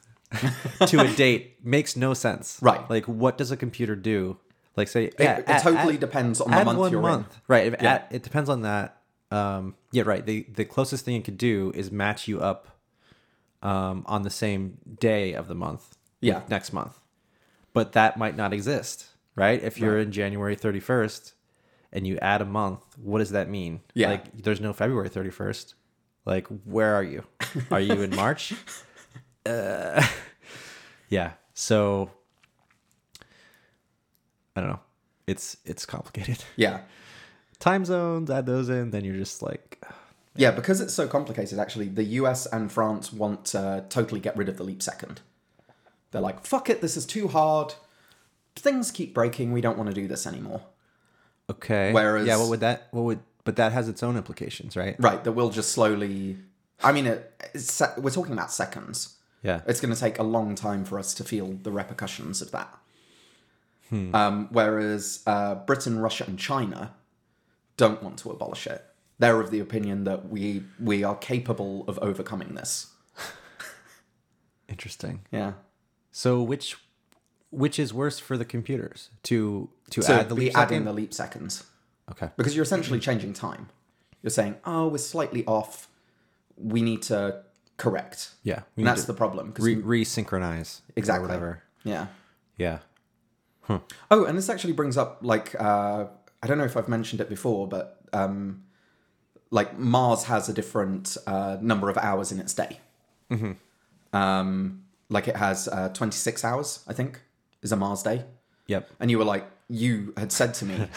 S1: to a date makes no sense.
S2: Right.
S1: Like what does a computer do? Like say
S2: It, it totally depends on the
S1: add
S2: month
S1: one
S2: you're
S1: month. Right. If add- it depends on that. Um, yeah, right. The the closest thing it could do is match you up um, on the same day of the month.
S2: Yeah.
S1: like Next month. But that might not exist, right? If you're in January 31st and you add a month, what does that mean?
S2: Yeah.
S1: Like there's no February 31st. Like where are you? Are you in March? uh, yeah. So I don't know. It's it's complicated
S2: in. Yeah.
S1: time zones, add those in, then you're just like,
S2: Yeah, because it's so complicated, actually, the US and France want to totally get rid of the leap second. They're like, fuck it, this is too hard. Things keep breaking, we don't want to do this anymore.
S1: okay.
S2: Whereas-
S1: yeah, what would that? What would? But that has its own implications, right?
S2: Right, that we'll just slowly. I mean, it, it's se- we're talking about seconds.
S1: Yeah.
S2: It's going to take a long time for us to feel the repercussions of that.
S1: Hmm.
S2: Um, whereas uh, Britain, Russia, and China don't want to abolish it. They're of the opinion that we we are capable of overcoming this.
S1: Interesting.
S2: Yeah.
S1: So which, which is worse for the computers to to
S2: So
S1: add the
S2: be
S1: leap
S2: adding
S1: second? Hmm.
S2: the leap seconds
S1: okay.
S2: because you're essentially changing time. You're saying, "Oh, we're slightly off. We need to correct."
S1: Yeah. We
S2: and
S1: need
S2: that's
S1: to
S2: the problem. Because
S1: re- resynchronize or
S2: Exactly.
S1: whatever.
S2: yeah.
S1: Yeah.
S2: Oh, and this actually brings up like uh, I don't know if I've mentioned it before, but um, like Mars has a different uh, number of hours in its day.
S1: Mm-hmm.
S2: Um, like it has uh, 26 hours, I think, is a Mars day.
S1: Yep.
S2: and you were like you had said to me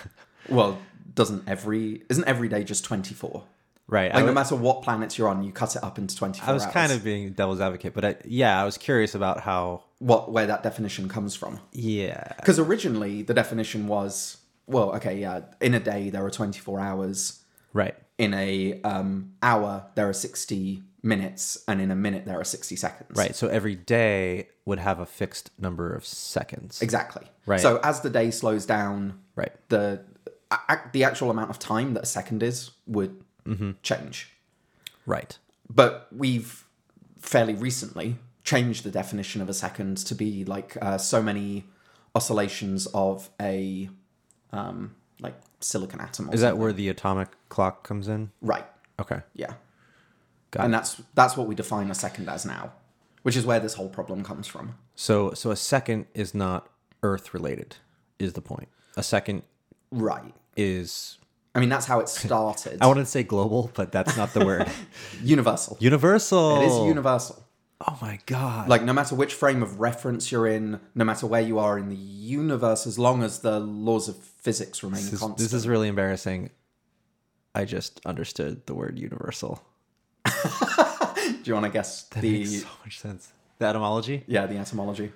S2: well doesn't every isn't every day just 24
S1: Right. I
S2: like
S1: w-
S2: no matter what planets you're on you cut it up into 24
S1: I was
S2: hours.
S1: kind of being devil's advocate, but I, yeah, I was curious about how.
S2: what where that definition comes from
S1: Yeah.
S2: because originally the definition was well okay yeah in a day there are 24 hours
S1: Right.
S2: in a um, hour there are 60 minutes and in a minute there are 60 seconds
S1: Right. So every day would have a fixed number of seconds.
S2: exactly
S1: Right.
S2: so as the day slows down
S1: Right.
S2: the a- a- the actual amount of time that a second is would
S1: Mm-hmm.
S2: change
S1: Right.
S2: but we've fairly recently changed the definition of a second to be like uh, so many oscillations of a um, like silicon atom. Or
S1: Is that where the atomic clock comes in?
S2: right?
S1: Okay.
S2: Yeah,
S1: Got
S2: and that's that's what we define a second as now, which is where this whole problem comes from.
S1: So so a second is not earth related is the point. A second
S2: Right.
S1: is
S2: I mean, that's how it started.
S1: I wanted to say global, but that's not the word.
S2: universal.
S1: universal.
S2: It is universal.
S1: Oh my god.
S2: Like no matter which frame of reference you're in, no matter where you are in the universe, as long as the laws of physics remain
S1: this, is,
S2: constant.
S1: this is really embarrassing. I just understood the word universal.
S2: Do you want to guess
S1: It
S2: the
S1: makes so much sense. The etymology?
S2: yeah the etymology?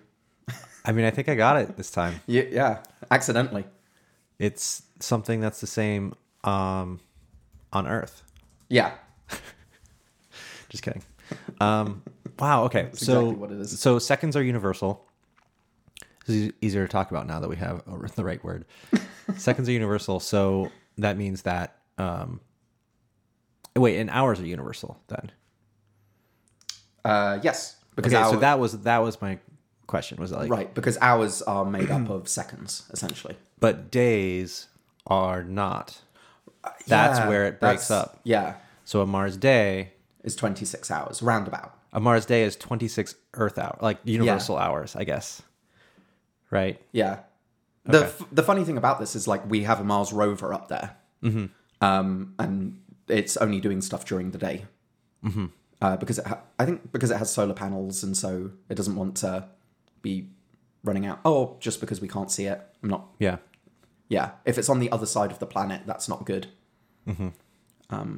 S1: I mean, I think I got it this time.
S2: Yeah, yeah, accidentally.
S1: It's something that's the same um on earth.
S2: Yeah,
S1: Just kidding. Um, wow. Okay. so
S2: exactly what it is.
S1: So seconds are universal. This is e-, easier to talk about now that we have a- the right word. seconds are universal. So that means that. Um, wait, and hours are universal then.
S2: uh, yes, because
S1: Okay.
S2: hour,
S1: so that was that was my question. Was like,
S2: right because hours are made up of seconds essentially.
S1: but days are not. That's
S2: Uh, Yeah,
S1: where it breaks
S2: that's-
S1: up.
S2: Yeah,
S1: So a Mars day
S2: is 26 hours, roundabout.
S1: A Mars day is 26 Earth hour, like universal hours, I guess. Right?
S2: Yeah. The, f- the funny thing about this is like we have a Mars rover up there, um, and it's only doing stuff during the day mm-hmm. uh, because it ha- I think because it has solar panels and so it doesn't want to be running out. Oh, just because we can't see it, I'm not.
S1: Yeah.
S2: Yeah, if it's on the other side of the planet, that's not good. Um,
S1: Mm-hmm.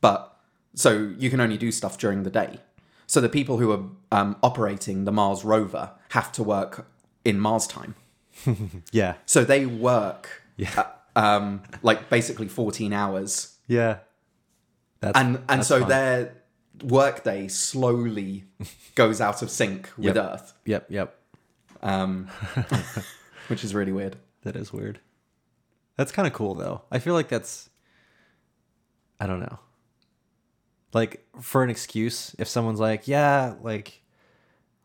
S2: but so you can only do stuff during the day. So the people who are um, operating the Mars rover have to work in Mars time.
S1: Yeah.
S2: So they work, uh, um, like basically fourteen hours,
S1: Yeah. That's
S2: and and so their workday slowly goes out of sync with Earth,
S1: Yep, yep.
S2: um, which is really weird.
S1: That is weird. That's kind of cool though. I feel like that's I don't know. Like for an excuse if someone's like, "Yeah, like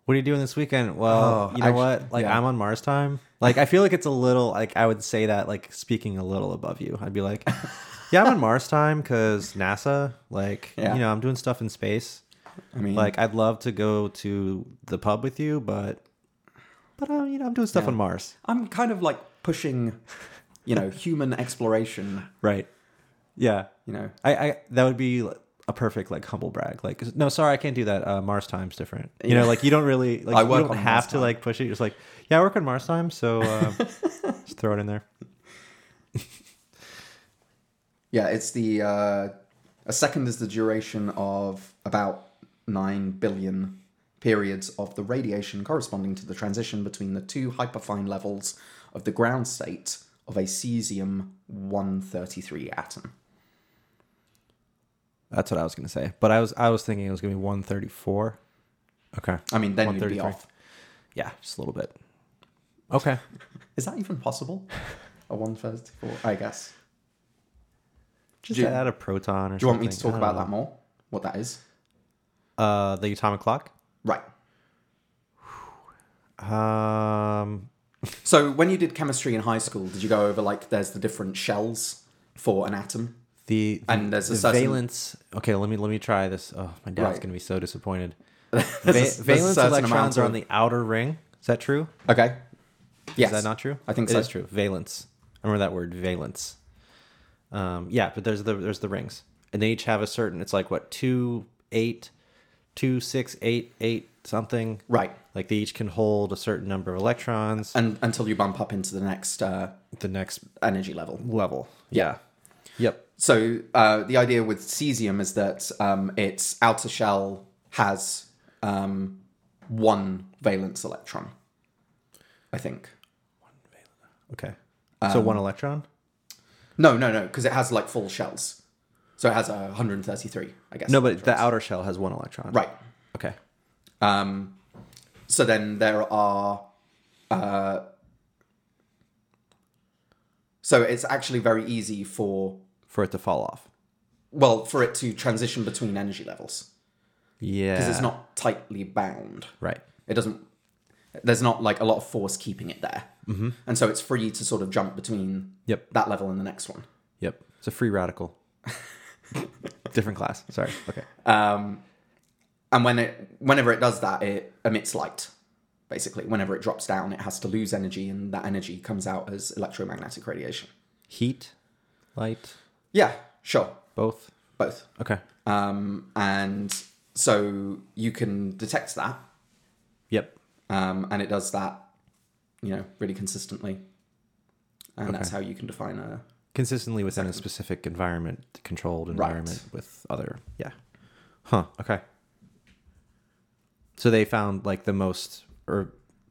S1: what are you doing this weekend?" Well,
S2: Oh,
S1: you know
S2: actu-
S1: what? Like
S2: yeah.
S1: I'm on Mars time. Like I feel like it's a little like I would say that like speaking a little above you. I'd be like, "Yeah, I'm on Mars time cuz NASA, like,
S2: Yeah. Mm.
S1: you know, I'm doing stuff in space.
S2: I mean,
S1: Like I'd love to go to the pub with you, but but uh, you know, I'm doing stuff on Mars."
S2: I'm kind of like pushing, you know, human exploration.
S1: Right. Yeah.
S2: You know,
S1: I, I that would be a perfect like humble brag. Like, no, sorry, I can't do that. Uh, Mars time's different. You know, like you don't really like
S2: I
S1: you
S2: work
S1: don't
S2: on
S1: have
S2: Mars
S1: to like push it. You're just like, yeah, I work on Mars time, so uh, just throw it in there.
S2: yeah, it's the uh, a second is the duration of about nine billion periods of the radiation corresponding to the transition between the two hyperfine levels of the ground state of a cesium 133 atom.
S1: That's what I was gonna say, but I was I was thinking it was gonna be 134. Okay.
S2: I mean, then you'd be
S1: 133.
S2: off.
S1: Yeah, just a little bit. Okay.
S2: Is that even possible? A 134, I guess.
S1: Just
S2: Do you-
S1: add a proton or
S2: Do you want me to
S1: something.
S2: talk
S1: I don't
S2: about that more? What that is?
S1: know. Uh, the atomic clock.
S2: Right.
S1: Um,
S2: So when you did chemistry in high school, did you go over like there's the different shells for an atom?
S1: the
S2: And there's a
S1: the
S2: certain-
S1: valence. Okay, let me let me try this. Oh, my dad's
S2: Right.
S1: gonna be so disappointed. Va-
S2: There's a- there's a
S1: valence
S2: certain
S1: electrons
S2: amount
S1: are on
S2: of-
S1: the outer ring. Is that true?
S2: Okay. Yes.
S1: Is that not true?
S2: I think
S1: It
S2: so.
S1: is true. Valence. I remember that word, valence. Um, yeah, but there's the there's the rings, and they each have a certain. It's like what two eight, two six eight eight something.
S2: Right.
S1: Like they each can hold a certain number of electrons.
S2: And until you bump up into the next uh,
S1: the next
S2: energy level.
S1: level.
S2: Yeah.
S1: Yep.
S2: So uh, the idea with cesium is that um, its outer shell has um, one valence electron. I think.
S1: Okay. so
S2: Um,
S1: one electron.
S2: No, no, no, because it has like full shells. So it has uh, 133, I guess.
S1: No, but the outer shell has one electron.
S2: Right.
S1: Okay.
S2: Um, so then there are. Uh, so it's actually very easy for
S1: For it to fall off.
S2: well for it to transition between energy levels
S1: Yeah.
S2: because it's not tightly bound.
S1: right.
S2: It doesn't. There's not like a lot of force keeping it there, mm-hmm. and so it's free to sort of jump between
S1: Yep.
S2: that level and the next one.
S1: Yep. It's a free radical. Different class. Sorry. Okay.
S2: Um, And when it, whenever it does that, it emits light. Basically, whenever it drops down, it has to lose energy, and that energy comes out as electromagnetic radiation.
S1: Heat, light,
S2: Yeah, sure,
S1: both.
S2: both.
S1: Okay.
S2: Um, and so you can detect that,
S1: Yep.
S2: um, and it does that, you know, really consistently. And that's how you can define a
S1: Consistently within a specific environment, controlled environment with other. Yeah. Huh. Okay. So they found like the most or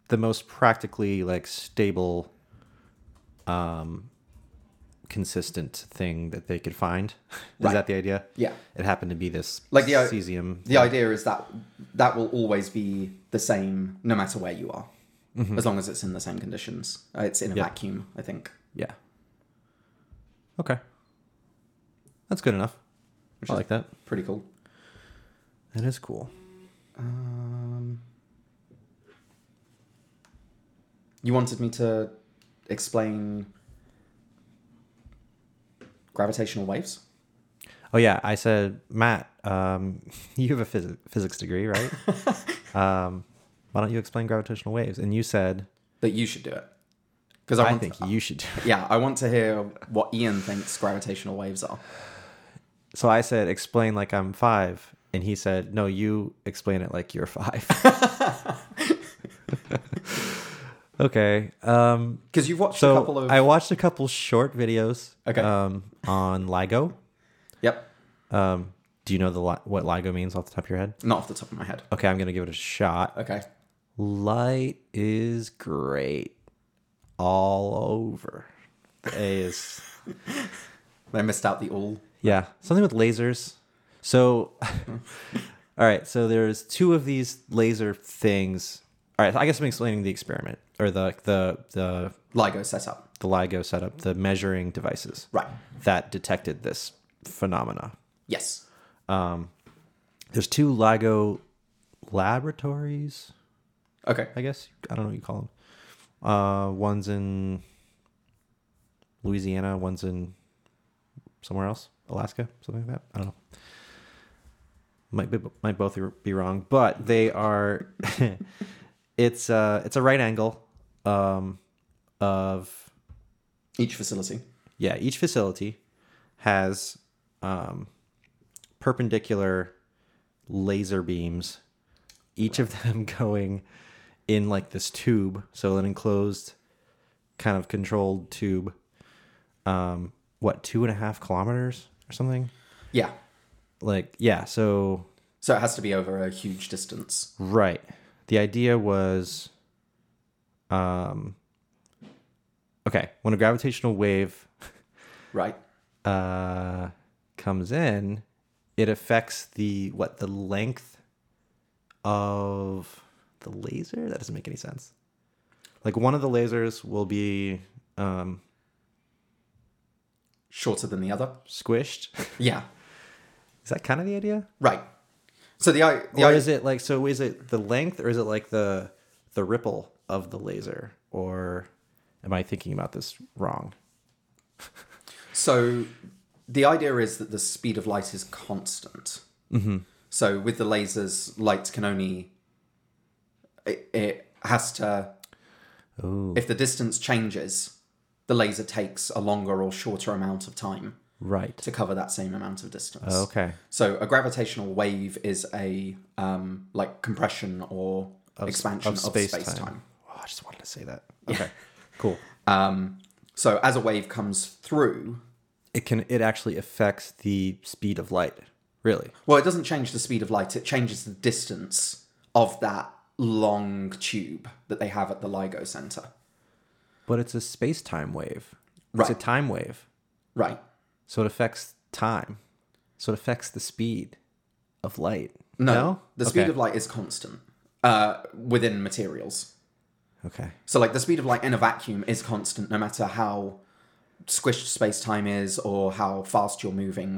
S1: the most practically like stable, um, consistent thing that they could find. Is that the idea?
S2: yeah.
S1: It happened to be this
S2: Like the i-
S1: cesium.
S2: The idea is that that will always be the same no matter where you are, as long as it's in the same conditions. Uh, it's in a
S1: Mm-hmm. Yeah.
S2: vacuum, I think.
S1: Yeah. Okay. That's good enough.
S2: Which
S1: I
S2: is
S1: like that.
S2: pretty cool.
S1: That is cool.
S2: Um, you wanted me to explain gravitational waves?
S1: Oh yeah, I said Matt um, you have a phys- physics degree, right? um, why don't you explain gravitational waves? And you said,
S2: that you should do it because I,
S1: I
S2: want
S1: think
S2: to, uh,
S1: you should. do it."
S2: yeah I want to hear what Ian thinks gravitational waves are.
S1: So I said, explain like I'm five. And he said, no, you explain it like you're five. okay. Um,
S2: Because you've watched a
S1: so
S2: couple of
S1: I watched a couple short videos
S2: Okay.
S1: um, on LIGO.
S2: yep,
S1: Um, do you know the li- what LIGO means off the top of your head?
S2: not off the top of my head.
S1: Okay, I'm gonna give it a shot.
S2: Okay,
S1: Light is great, all over. The A is
S2: they missed out the all.
S1: yeah, something with lasers. So, all right. So there's two of these laser things. All right. I guess I'm explaining the experiment or the the the
S2: LIGO setup.
S1: the LIGO setup, the measuring devices
S2: Right.
S1: that detected this phenomena.
S2: Yes.
S1: There's two LIGO laboratories.
S2: Okay.
S1: I guess. I don't know what you call them. Uh, one's in Louisiana, one's in somewhere else, Alaska, something like that. I don't know. Might be, might both be wrong, but they are. it's uh, it's a right angle, um, of
S2: Each facility.
S1: yeah. Each facility has um, perpendicular laser beams, each of them going in like this tube, so an enclosed, kind of controlled tube. Um, what two and a half kilometers or something?
S2: Yeah.
S1: Like yeah, so
S2: So it has to be over a huge distance.
S1: Right. The idea was um okay, when a gravitational wave
S2: Right.
S1: uh comes in, it affects the what the length of the laser? That doesn't make any sense. Like one of the lasers will be um
S2: Shorter than the other.
S1: squished.
S2: Yeah.
S1: is that kind of the idea?
S2: Right. So the I the
S1: or
S2: I-
S1: is it like so is it the length or is it like the the ripple of the laser or am i thinking about this wrong
S2: So the idea is that the speed of light is constant.
S1: Mm-hmm.
S2: So with the lasers, light can only it, it has to. If the distance changes, the laser takes a longer or shorter amount of time
S1: right
S2: to cover that same amount of distance.
S1: Oh, okay
S2: So a gravitational wave is a um, like compression or expansion of, space time.
S1: oh, i just wanted to say that okay cool
S2: Um, so as a wave comes through,
S1: it can it actually affects the speed of light really
S2: Well, it doesn't change the speed of light, it changes the distance of that long tube that they have at the LIGO center.
S1: but it's a space-time wave it's a
S2: Right.
S1: time wave
S2: Right.
S1: so it affects time so it affects the speed of light
S2: No. The speed
S1: Okay.
S2: of light is constant uh, within materials.
S1: okay
S2: So, like, the speed of light in a vacuum is constant no matter how squished space time is or how fast you're moving.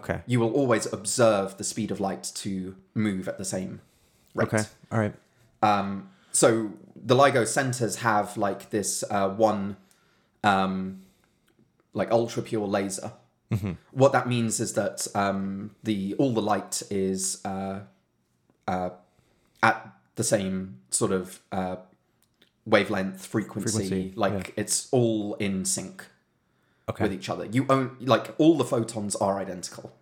S1: okay
S2: You will always observe the speed of light to move at the same rate.
S1: okay all right
S2: Um, so the LIGO centers have like this uh, one, um, like ultra pure laser.
S1: Mm-hmm.
S2: What that means is that um, the all the light is uh, uh, at the same sort of uh, wavelength frequency.
S1: Frequency,
S2: like it's all in sync
S1: okay
S2: with each other. You own like all the photons are identical,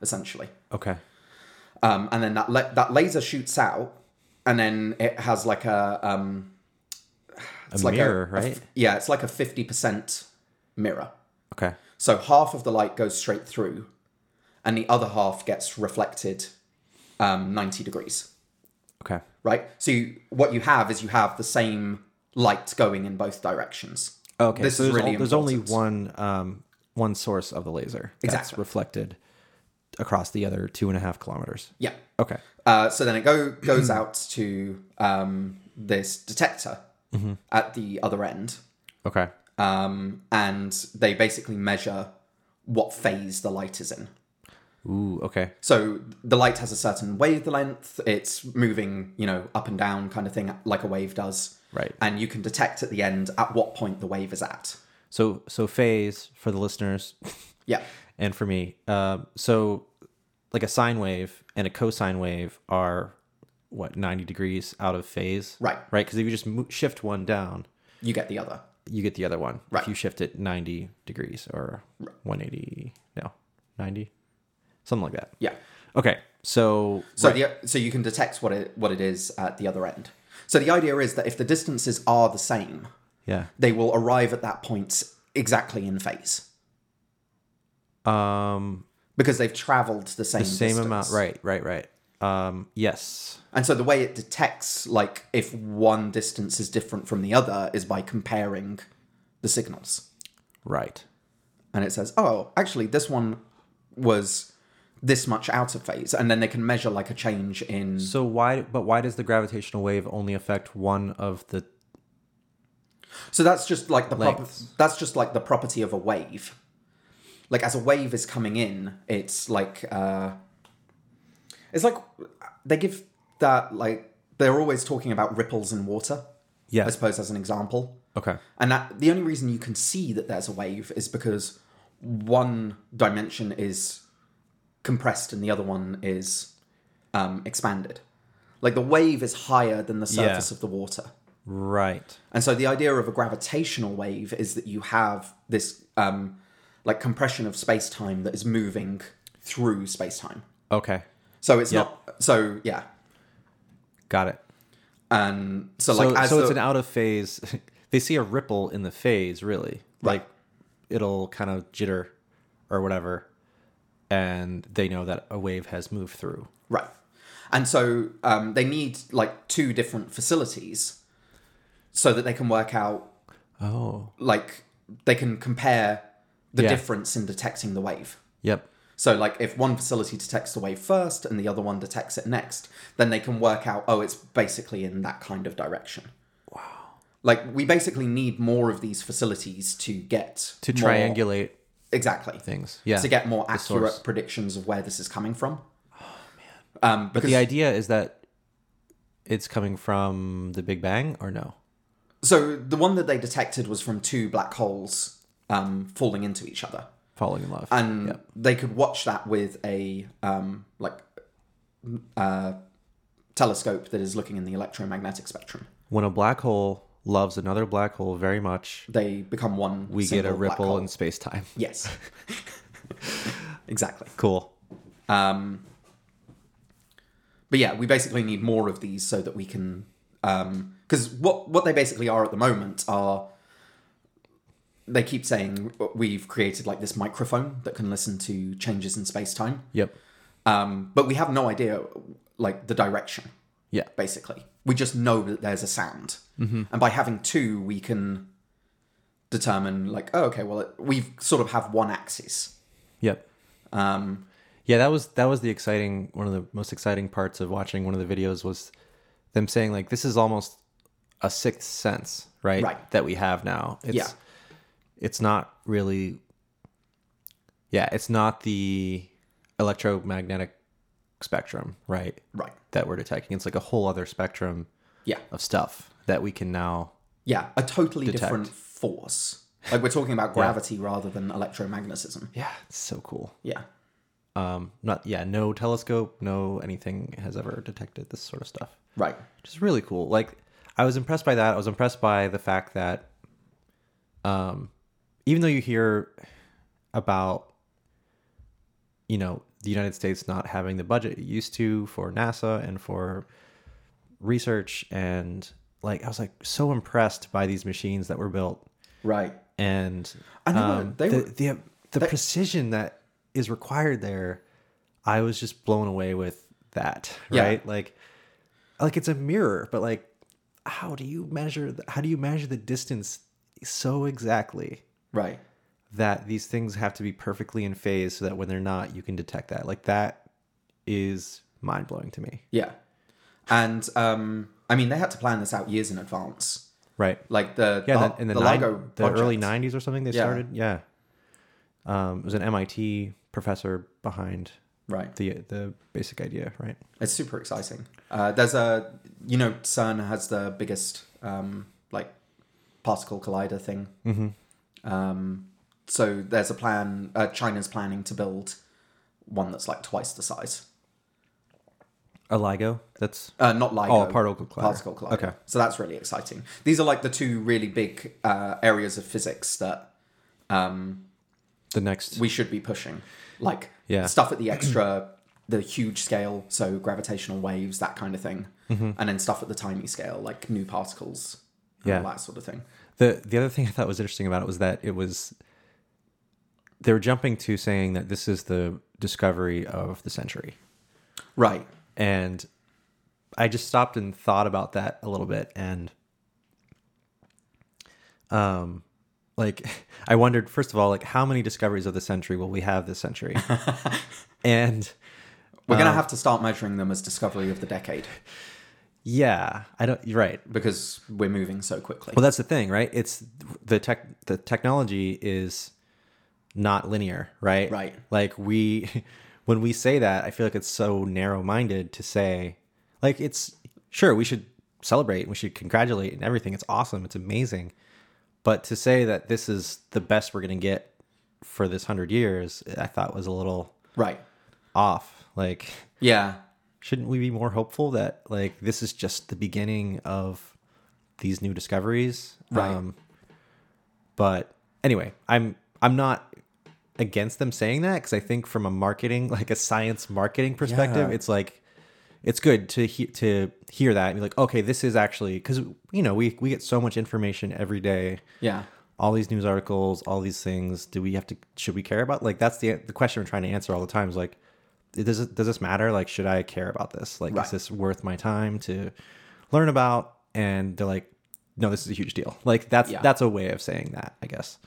S2: essentially.
S1: okay
S2: Um, and then that la- that laser shoots out, and then it has like a um, it's
S1: a mirror
S2: a f-
S1: right
S2: yeah, it's like a fifty percent mirror.
S1: okay
S2: So half of the light goes straight through, and the other half gets reflected um, ninety degrees.
S1: okay
S2: Right. So you, what you have is you have the same light going in both directions.
S1: Okay,
S2: This
S1: so
S2: is
S1: there's,
S2: really
S1: al- there's only
S2: important.
S1: one um, one source of the laser that's
S2: Exactly.
S1: reflected across the other two and a half kilometers.
S2: Yeah.
S1: Okay,
S2: Uh, so then it go goes out to um, this detector
S1: Mm-hmm.
S2: at the other end.
S1: okay,
S2: um, and they basically measure what phase the light is in.
S1: ooh, okay,
S2: So the light has a certain wavelength; it's moving, you know, up and down, kind of thing, like a wave does.
S1: right.
S2: And you can detect at the end at what point the wave is at.
S1: So so phase for the listeners
S2: Yeah,
S1: and for me. Um so like a sine wave and a cosine wave are what 90 degrees out of phase
S2: Right.
S1: right because if you just mo- shift one down
S2: You get the other.
S1: you get the other one
S2: Right.
S1: if you shift it 90 degrees or 180 no 90 something like that
S2: Yeah.
S1: okay so
S2: So the, so you can detect what it what it is at the other end. So the idea is that if the distances are the same,
S1: yeah
S2: they will arrive at that point exactly in phase
S1: um
S2: because they've traveled the same
S1: same
S2: distance.
S1: amount right right right um yes
S2: And so the way it detects like if one distance is different from the other is by comparing the signals.
S1: right
S2: And it says, "Oh, actually this one was this much out of phase." And then they can measure like a change in
S1: so why but why does the gravitational wave only affect one of the
S2: So that's just like the prop-
S1: Lengths.
S2: that's just like the property of a wave. Like as a wave is coming in, it's like uh it's like they give that like they're always talking about ripples in water.
S1: Yeah.
S2: I suppose as an example.
S1: okay
S2: And that the only reason you can see that there's a wave is because one dimension is compressed and the other one is um expanded. Like the wave is higher than the surface of the water.
S1: right
S2: And so the idea of a gravitational wave is that you have this um, like compression of space time that is moving through space time.
S1: okay
S2: So it's not. So yeah.
S1: got it
S2: And so,
S1: so,
S2: like as
S1: so
S2: the,
S1: it's an out of phase they see a ripple in the phase really like it'll kind of jitter or whatever and they know that a wave has moved through
S2: right. And so um, they need like two different facilities so that they can work out
S1: oh
S2: like they can compare the
S1: Yeah.
S2: difference in detecting the wave.
S1: yep
S2: So, like, if one facility detects the wave first and the other one detects it next, then they can work out, oh, it's basically in that kind of direction. Wow. Like, we basically need more of these facilities to get
S1: to
S2: more-
S1: triangulate
S2: exactly
S1: things yeah
S2: to get more
S1: source.
S2: accurate predictions of where this is coming from. Oh man! Um, because,
S1: the idea is that it's coming from the big bang or no
S2: so the one that they detected was from two black holes um, falling into each other.
S1: falling in love
S2: and they could watch that with a um, like uh, telescope that is looking in the electromagnetic spectrum.
S1: when a black hole loves another black hole very much
S2: They become one.
S1: we get a ripple in space-time
S2: yes, exactly.
S1: cool
S2: Um, but yeah, we basically need more of these so that we can because what what they basically are at the moment are they keep saying we've created like this microphone that can listen to changes in space time.
S1: yep
S2: Um, but we have no idea, like, the direction,
S1: yeah
S2: basically. We just know that there's a sound. Mm-hmm. And by having two, we can determine, like, oh, okay, well, it, we sort of have one axis.
S1: yep
S2: Um,
S1: Yeah, that was that was the exciting one of the most exciting parts of watching one of the videos was them saying like this is almost a sixth sense, right?
S2: Right.
S1: That we have now. It's
S2: Yeah.
S1: it's not really Yeah, it's not the electromagnetic spectrum, right?
S2: right.
S1: That we're detecting. It's like a whole other spectrum
S2: Yeah.
S1: of stuff that we can now
S2: Yeah. A totally different force. Like, we're talking about gravity rather than electromagnetism.
S1: Yeah, it's so cool.
S2: Yeah.
S1: Um not yeah, no telescope, no anything has ever detected this sort of stuff.
S2: Right.
S1: which is really cool. Like I was impressed by that. I was impressed by the fact that, um, even though you hear about, you know, the United States not having the budget it used to for NASA and for research, and like I was like so impressed by these machines that were built
S2: Right.
S1: and
S2: I know,
S1: um,
S2: they
S1: the,
S2: were-
S1: the the precision that is required there. I was just blown away with that,
S2: Yeah.
S1: right? Like, like it's a mirror, but like, how do you measure? The, how do you measure the distance so exactly
S2: Right.
S1: that these things have to be perfectly in phase so that when they're not, you can detect that? Like that is mind blowing to me,
S2: Yeah. And, um, I mean, they had to plan this out years in advance.
S1: right?
S2: Like, the,
S1: Yeah,
S2: the,
S1: that, in the,
S2: the
S1: nine-
S2: LIGO
S1: the early
S2: project.
S1: '90s or something, they
S2: Yeah.
S1: started. Yeah, um, it was an MIT professor behind
S2: Right.
S1: the the basic idea, right?
S2: It's super exciting. Uh, there's a, you know, CERN has the biggest um, like particle collider thing.
S1: Mm-hmm.
S2: Um, so there's a plan. Uh, China's planning to build one that's like twice the size.
S1: A LIGO. That's
S2: Uh, not LIGO.
S1: Oh, particle collider.
S2: Particle collider.
S1: Okay.
S2: So that's really exciting. These are like the two really big uh, areas of physics that um,
S1: the next.
S2: we should be pushing. Like
S1: Yeah.
S2: stuff at the extra, the huge scale, so gravitational waves, that kind of thing.
S1: Mm-hmm.
S2: And then stuff at the tiny scale, like new particles, and
S1: Yeah.
S2: all that sort of thing.
S1: The the other thing I thought was interesting about it was that it was they were jumping to saying that this is the discovery of the century.
S2: Right.
S1: And I just stopped and thought about that a little bit and um like I wondered first of all like how many discoveries of the century will we have this century? and
S2: We're
S1: Uh,
S2: going to have to start measuring them as discovery of the decade
S1: yeah, I don't you're right.
S2: because we're moving so quickly.
S1: Well, that's the thing, right? It's the tech. The technology is not linear, right?
S2: Right.
S1: Like we, when we say that, I feel like it's so narrow-minded to say, like it's sure we should celebrate, we should congratulate, and everything. It's awesome. It's amazing. But to say that this is the best we're gonna get for this hundred years, I thought was a little
S2: Right.
S1: off. Like,
S2: Yeah.
S1: shouldn't we be more hopeful that like this is just the beginning of these new discoveries Um,
S2: Right.
S1: but anyway i'm i'm not against them saying that because i think from a marketing like a science marketing perspective
S2: Yeah.
S1: it's like it's good to he- to hear that and be like okay this is actually because you know we we get so much information every day
S2: Yeah.
S1: all these news articles, all these things. Do we have to? Should we care about? Like that's the the question we're trying to answer all the time. Is like, does it, does this matter? Like, should I care about this? Like,
S2: Right.
S1: is this worth my time to learn about? And they're like, no, this is a huge deal. Like that's
S2: Yeah.
S1: that's a way of saying that, I guess.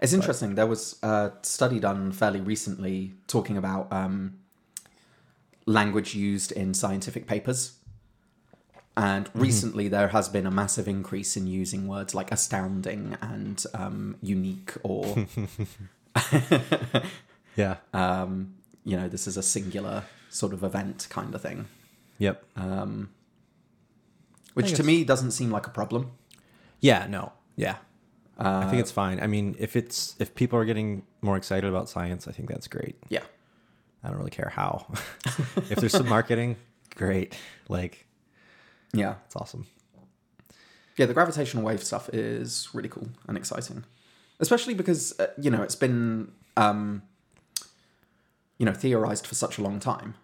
S2: It's interesting. There was a study done fairly recently talking about um, language used in scientific papers. And recently, there has been a massive increase in using words like astounding and um, unique, or,
S1: Yeah.
S2: um, you know, this is a singular sort of event kind of thing, Um,
S1: yep.
S2: which to
S1: it's-
S2: me doesn't seem like a problem.
S1: yeah. No. Yeah. I think it's fine. I mean, if it's if people are getting more excited about science, I think that's great.
S2: Yeah.
S1: I don't really care how. if there's some marketing, great. Like
S2: Yeah.
S1: it's awesome.
S2: Yeah, the gravitational wave stuff is really cool and exciting, especially because uh, you know it's been um, you know theorized for such a long time.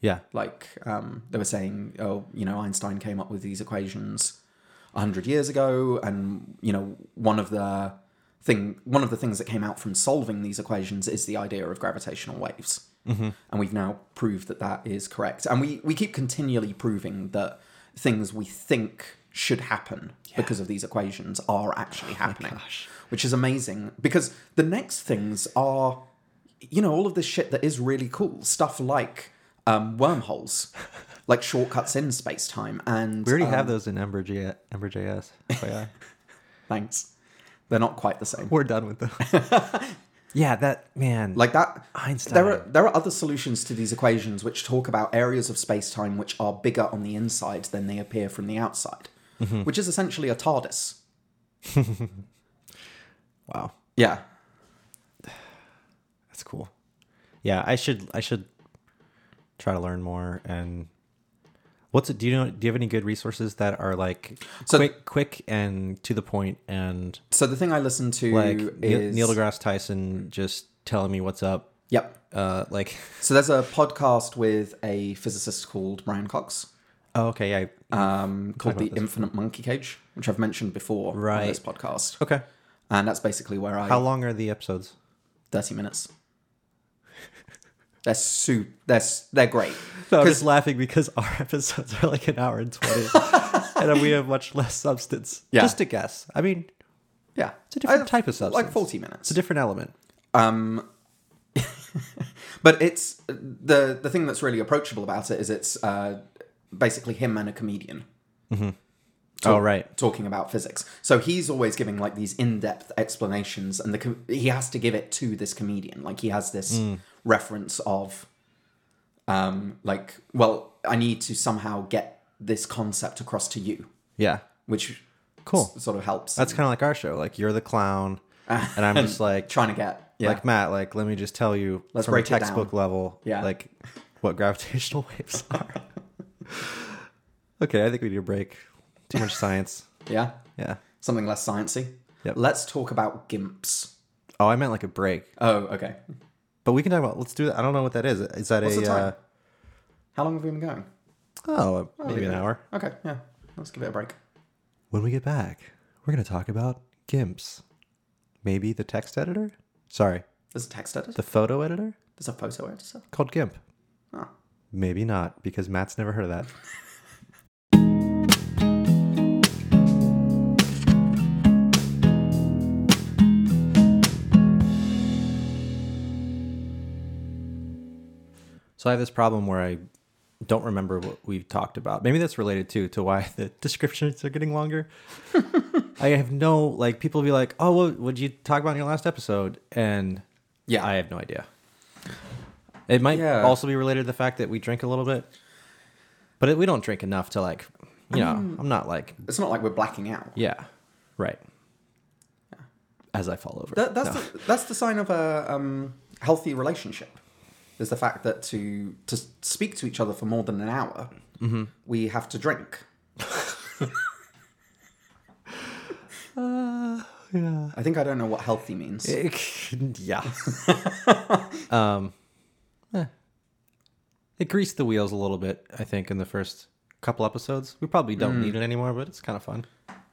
S1: Yeah.
S2: Like um, they were saying, oh, you know, Einstein came up with these equations a hundred years ago, and you know, one of the thing, one of the things that came out from solving these equations is the idea of gravitational waves, mm-hmm. and we've now proved that that is correct, and we we keep continually proving that things we think should happen because of these equations are actually happening, which is amazing because the next things are you know, all of this shit that is really cool. Stuff like um, wormholes, like shortcuts in space time. And
S1: We already
S2: um,
S1: have those in Ember J- Oh, Ember.js. FYI.
S2: Thanks. They're not quite the same.
S1: We're done with those. yeah, that man.
S2: Like that.
S1: Einstein.
S2: There are, there are other solutions to these equations which talk about areas of space time which are bigger on the inside than they appear from the outside,
S1: Mm-hmm.
S2: which is essentially a TARDIS.
S1: wow,
S2: Yeah.
S1: that's cool. Yeah, I should I should try to learn more. And what's it? Do you know? Do you have any good resources that are like
S2: So-
S1: quick, quick, and to the point, and
S2: So the thing I listened to
S1: like Neil,
S2: is.
S1: Neil deGrasse Tyson just telling me what's up?
S2: Yep.
S1: Uh, like,
S2: So there's a podcast with a physicist called Brian Cox.
S1: oh, okay, yeah,
S2: um, called
S1: about
S2: the
S1: this
S2: Infinite Monkey Cage, which I've mentioned before on
S1: Right.
S2: this podcast,
S1: okay.
S2: and that's basically where I
S1: How long are the episodes?
S2: thirty minutes. They're su- they're s- they're great.
S1: No, I'm just laughing because our episodes are like an hour and 20. and we have much less substance.
S2: Yeah.
S1: Just a guess. I mean,
S2: Yeah,
S1: it's a different type of substance.
S2: like forty minutes.
S1: It's a different element.
S2: Um, but it's the the thing that's really approachable about it is it's uh, basically him and a comedian.
S1: oh, right.
S2: talking about physics. So he's always giving like these in-depth explanations, and the com- he has to give it to this comedian. Like he has this
S1: Mm.
S2: reference of, um, like, well, I need to somehow get this concept across to you,
S1: Yeah.
S2: which
S1: Cool.
S2: s- sort of helps.
S1: That's kind of like our show. Like, you're the clown. And I'm just like,
S2: trying to get Yeah.
S1: Like Matt, like let me just tell you
S2: Let's
S1: from
S2: break it
S1: a textbook level,
S2: Yeah.
S1: like what gravitational waves are. okay, I think we need a break. Too much science.
S2: Yeah.
S1: Yeah.
S2: Something less sciencey.
S1: Yep.
S2: Let's talk about gimps.
S1: Oh, I meant like a break.
S2: Oh, okay.
S1: But we can talk about. Let's do that. I don't know what that is. Is that
S2: What's
S1: a?
S2: the time?
S1: Uh,
S2: How long have we been going?
S1: oh, maybe an
S2: yeah.
S1: hour.
S2: Okay, yeah. Let's give it a break.
S1: When we get back, we're gonna talk about gimps. Maybe the text editor. Sorry,
S2: There's a text editor.
S1: the photo editor
S2: There's a photo editor.
S1: called GIMP.
S2: Oh.
S1: Maybe not because Matt's never heard of that. So I have this problem where I don't remember what we've talked about. Maybe that's related too to why the descriptions are getting longer. I have no like people be like, "Oh, what would you talk about in your last episode?" and
S2: Yeah.
S1: I have no idea. It might
S2: Yeah.
S1: also be related to the fact that we drink a little bit, but it, we don't drink enough to like, you know,
S2: Mm.
S1: I'm not like,
S2: It's not like we're blacking out.
S1: yeah, right. As I fall over,
S2: That, that's
S1: No.
S2: the, that's the sign of a um, healthy relationship. Is the fact that to to speak to each other for more than an hour,
S1: Mm-hmm.
S2: we have to drink. uh,
S1: yeah,
S2: I think I don't know what healthy means.
S1: yeah. um, eh. it greased the wheels a little bit. I think in the first couple episodes, we probably don't need it anymore, but it's kind of fun.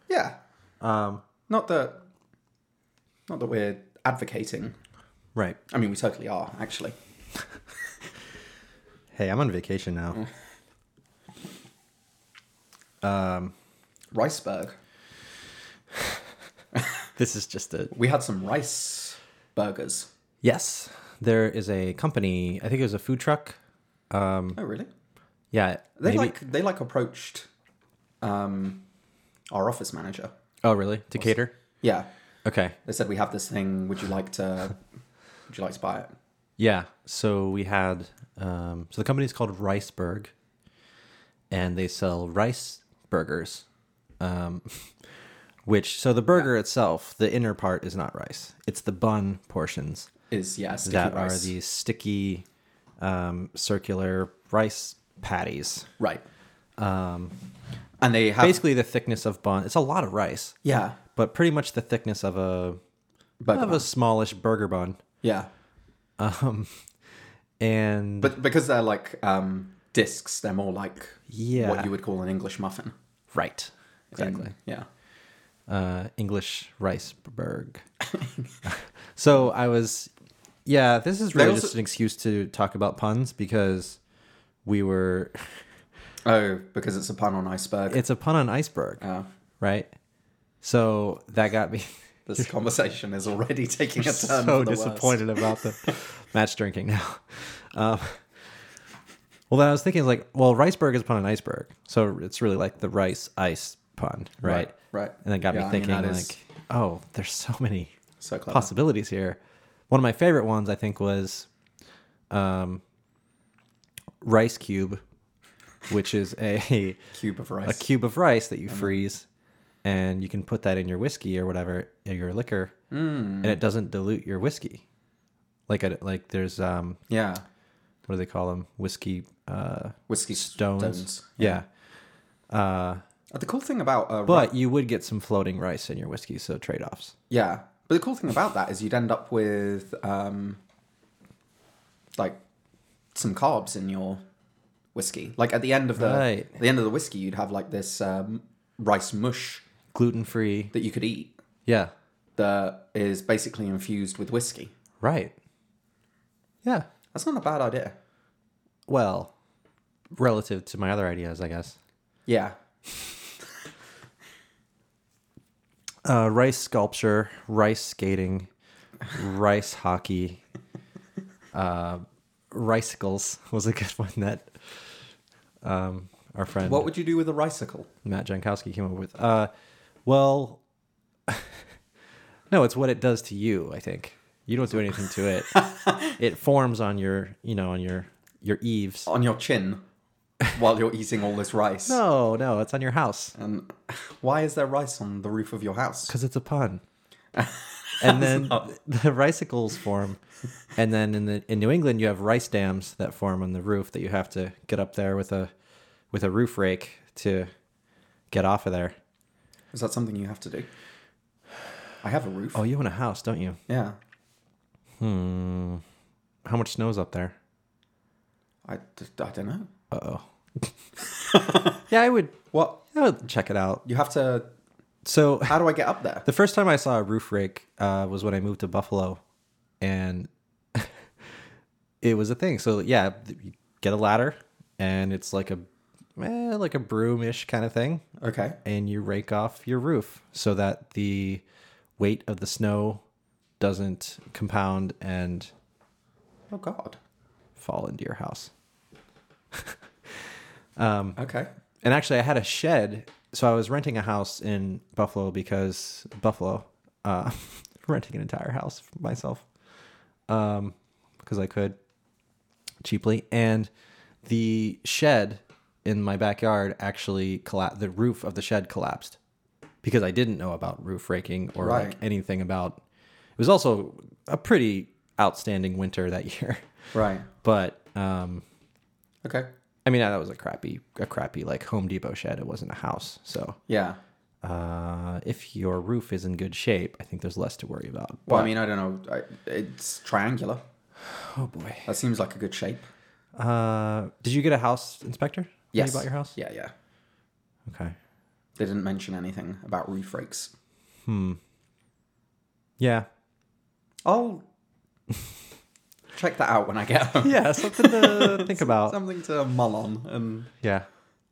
S2: yeah,
S1: Um,
S2: not that not that we're advocating.
S1: right.
S2: I mean, we totally are actually.
S1: Hey, I'm on vacation now. Um,
S2: Riceberg.
S1: this is just a
S2: We had some rice burgers.
S1: Yes, there is a company. I think it was a food truck. Um,
S2: Oh, really?
S1: yeah,
S2: They
S1: maybe.
S2: like they like approached um, our office manager.
S1: oh, really? To cater?
S2: Yeah,
S1: Okay.
S2: they said we have this thing. Would you like to? would you like to buy it?
S1: Yeah. So we had. Um, so the company is called Riceberg, and they sell rice burgers. Um, which so the burger itself, the inner part is not rice. It's the bun portions
S2: Is yeah, sticky
S1: that
S2: rice.
S1: are these sticky, um, circular rice patties.
S2: right. and they have
S1: Um, Basically, the thickness of bun. It's a lot of rice.
S2: yeah
S1: but pretty much the thickness of a
S2: burger
S1: of
S2: bun.
S1: a smallish burger bun.
S2: yeah,
S1: Um, and
S2: but because they're like um, discs, they're more like
S1: yeah,
S2: what you would call an English muffin.
S1: right, exactly.
S2: In- yeah.
S1: Uh, English rice burg. so I was, yeah. This is really
S2: also-
S1: just an excuse to talk about puns because we were.
S2: Oh, because it's a pun on iceberg.
S1: It's a pun on iceberg,
S2: Uh,
S1: right? So that got me
S2: this conversation is already taking a turn.
S1: so
S2: Um, for the Worst.
S1: disappointed about the match drinking now. Um, well, then I was thinking like, well, riceberg is upon an iceberg, so it's really like the rice ice pun, right?
S2: Right, right.
S1: And that got
S2: Yeah, I
S1: me
S2: mean,
S1: thinking
S2: that
S1: like,
S2: is-
S1: oh, there's so many
S2: So clever.
S1: possibilities here. One of my favorite ones, I think, was um, rice cube, which is a
S2: Cube of
S1: a
S2: rice. Uh-huh.
S1: cube of rice that you freeze and you can put that in your whiskey or whatever or your liquor and
S2: Hmm.
S1: it doesn't dilute your whiskey like a, like there's um
S2: yeah.
S1: what do they call them whiskey uh
S2: Whiskey
S1: stones,
S2: stones.
S1: yeah uh
S2: Uh, The cool thing about uh, ri-
S1: but you would get some floating rice in your whiskey so trade-offs
S2: yeah, but the cool thing about that is you'd end up with um, like some carbs in your whiskey. Like at the end of the
S1: Right.
S2: at the end of the whiskey, you'd have like this um, rice mush
S1: gluten-free
S2: that you could eat
S1: yeah
S2: that is basically infused with whiskey.
S1: right yeah
S2: That's not a bad idea.
S1: well relative to my other ideas i guess
S2: Yeah,
S1: uh, rice sculpture, rice skating, rice hockey, uh, ricicles was a good one that um, our friend
S2: what would you do with a ricicle?
S1: Matt Jankowski came up with. Uh, well, no, it's what it does to you. I think you don't do anything to it. it forms on your, you know, on your your eaves.
S2: on your chin while you're eating all this rice.
S1: No, no, it's on your house
S2: Um, And why is there rice on the roof of your house?
S1: because it's a pun. and then the ricicles form. And then in the in New England, you have rice dams that form on the roof that you have to get up there with a with a roof rake to get off of there.
S2: Is that something you have to do? I have a roof.
S1: Oh, you own a house, don't you?
S2: Yeah.
S1: How much snow's up there?
S2: I, d- I don't know.
S1: Uh oh. yeah, I would.
S2: What?
S1: I would check it out.
S2: You have to.
S1: So
S2: How do I get up there?
S1: The first time I saw a roof rake uh, was when I moved to Buffalo, and it was a thing. So yeah, th- you get a ladder, and it's like a eh, like a broomish kind of thing,
S2: Okay.
S1: and you rake off your roof so that the weight of the snow doesn't compound and
S2: Oh, God.
S1: fall into your house. Mm.
S2: Okay.
S1: And actually, I had a shed. So I was renting a house in Buffalo because Buffalo, uh, renting an entire house for myself um, because I could cheaply. And the shed in my backyard actually collapsed. The roof of the shed collapsed because I didn't know about roof raking or
S2: Right.
S1: like anything about. It was also a pretty outstanding winter that year,
S2: Right.
S1: but um,
S2: Okay.
S1: I mean, that was a crappy, a crappy like Home Depot shed. It wasn't a house. So,
S2: Yeah.
S1: uh, if your roof is in good shape, I think there's less to worry about.
S2: Well, I mean, I don't know. I, it's triangular.
S1: Oh boy.
S2: That seems like a good shape.
S1: Uh, did you get a house inspector? when
S2: Yes.
S1: You bought your house?
S2: Yeah, yeah.
S1: Okay.
S2: They didn't mention anything about roof rakes.
S1: Yeah.
S2: I'll check that out when I get home.
S1: Yeah. Something to think about.
S2: Something to mull on, and
S1: Yeah.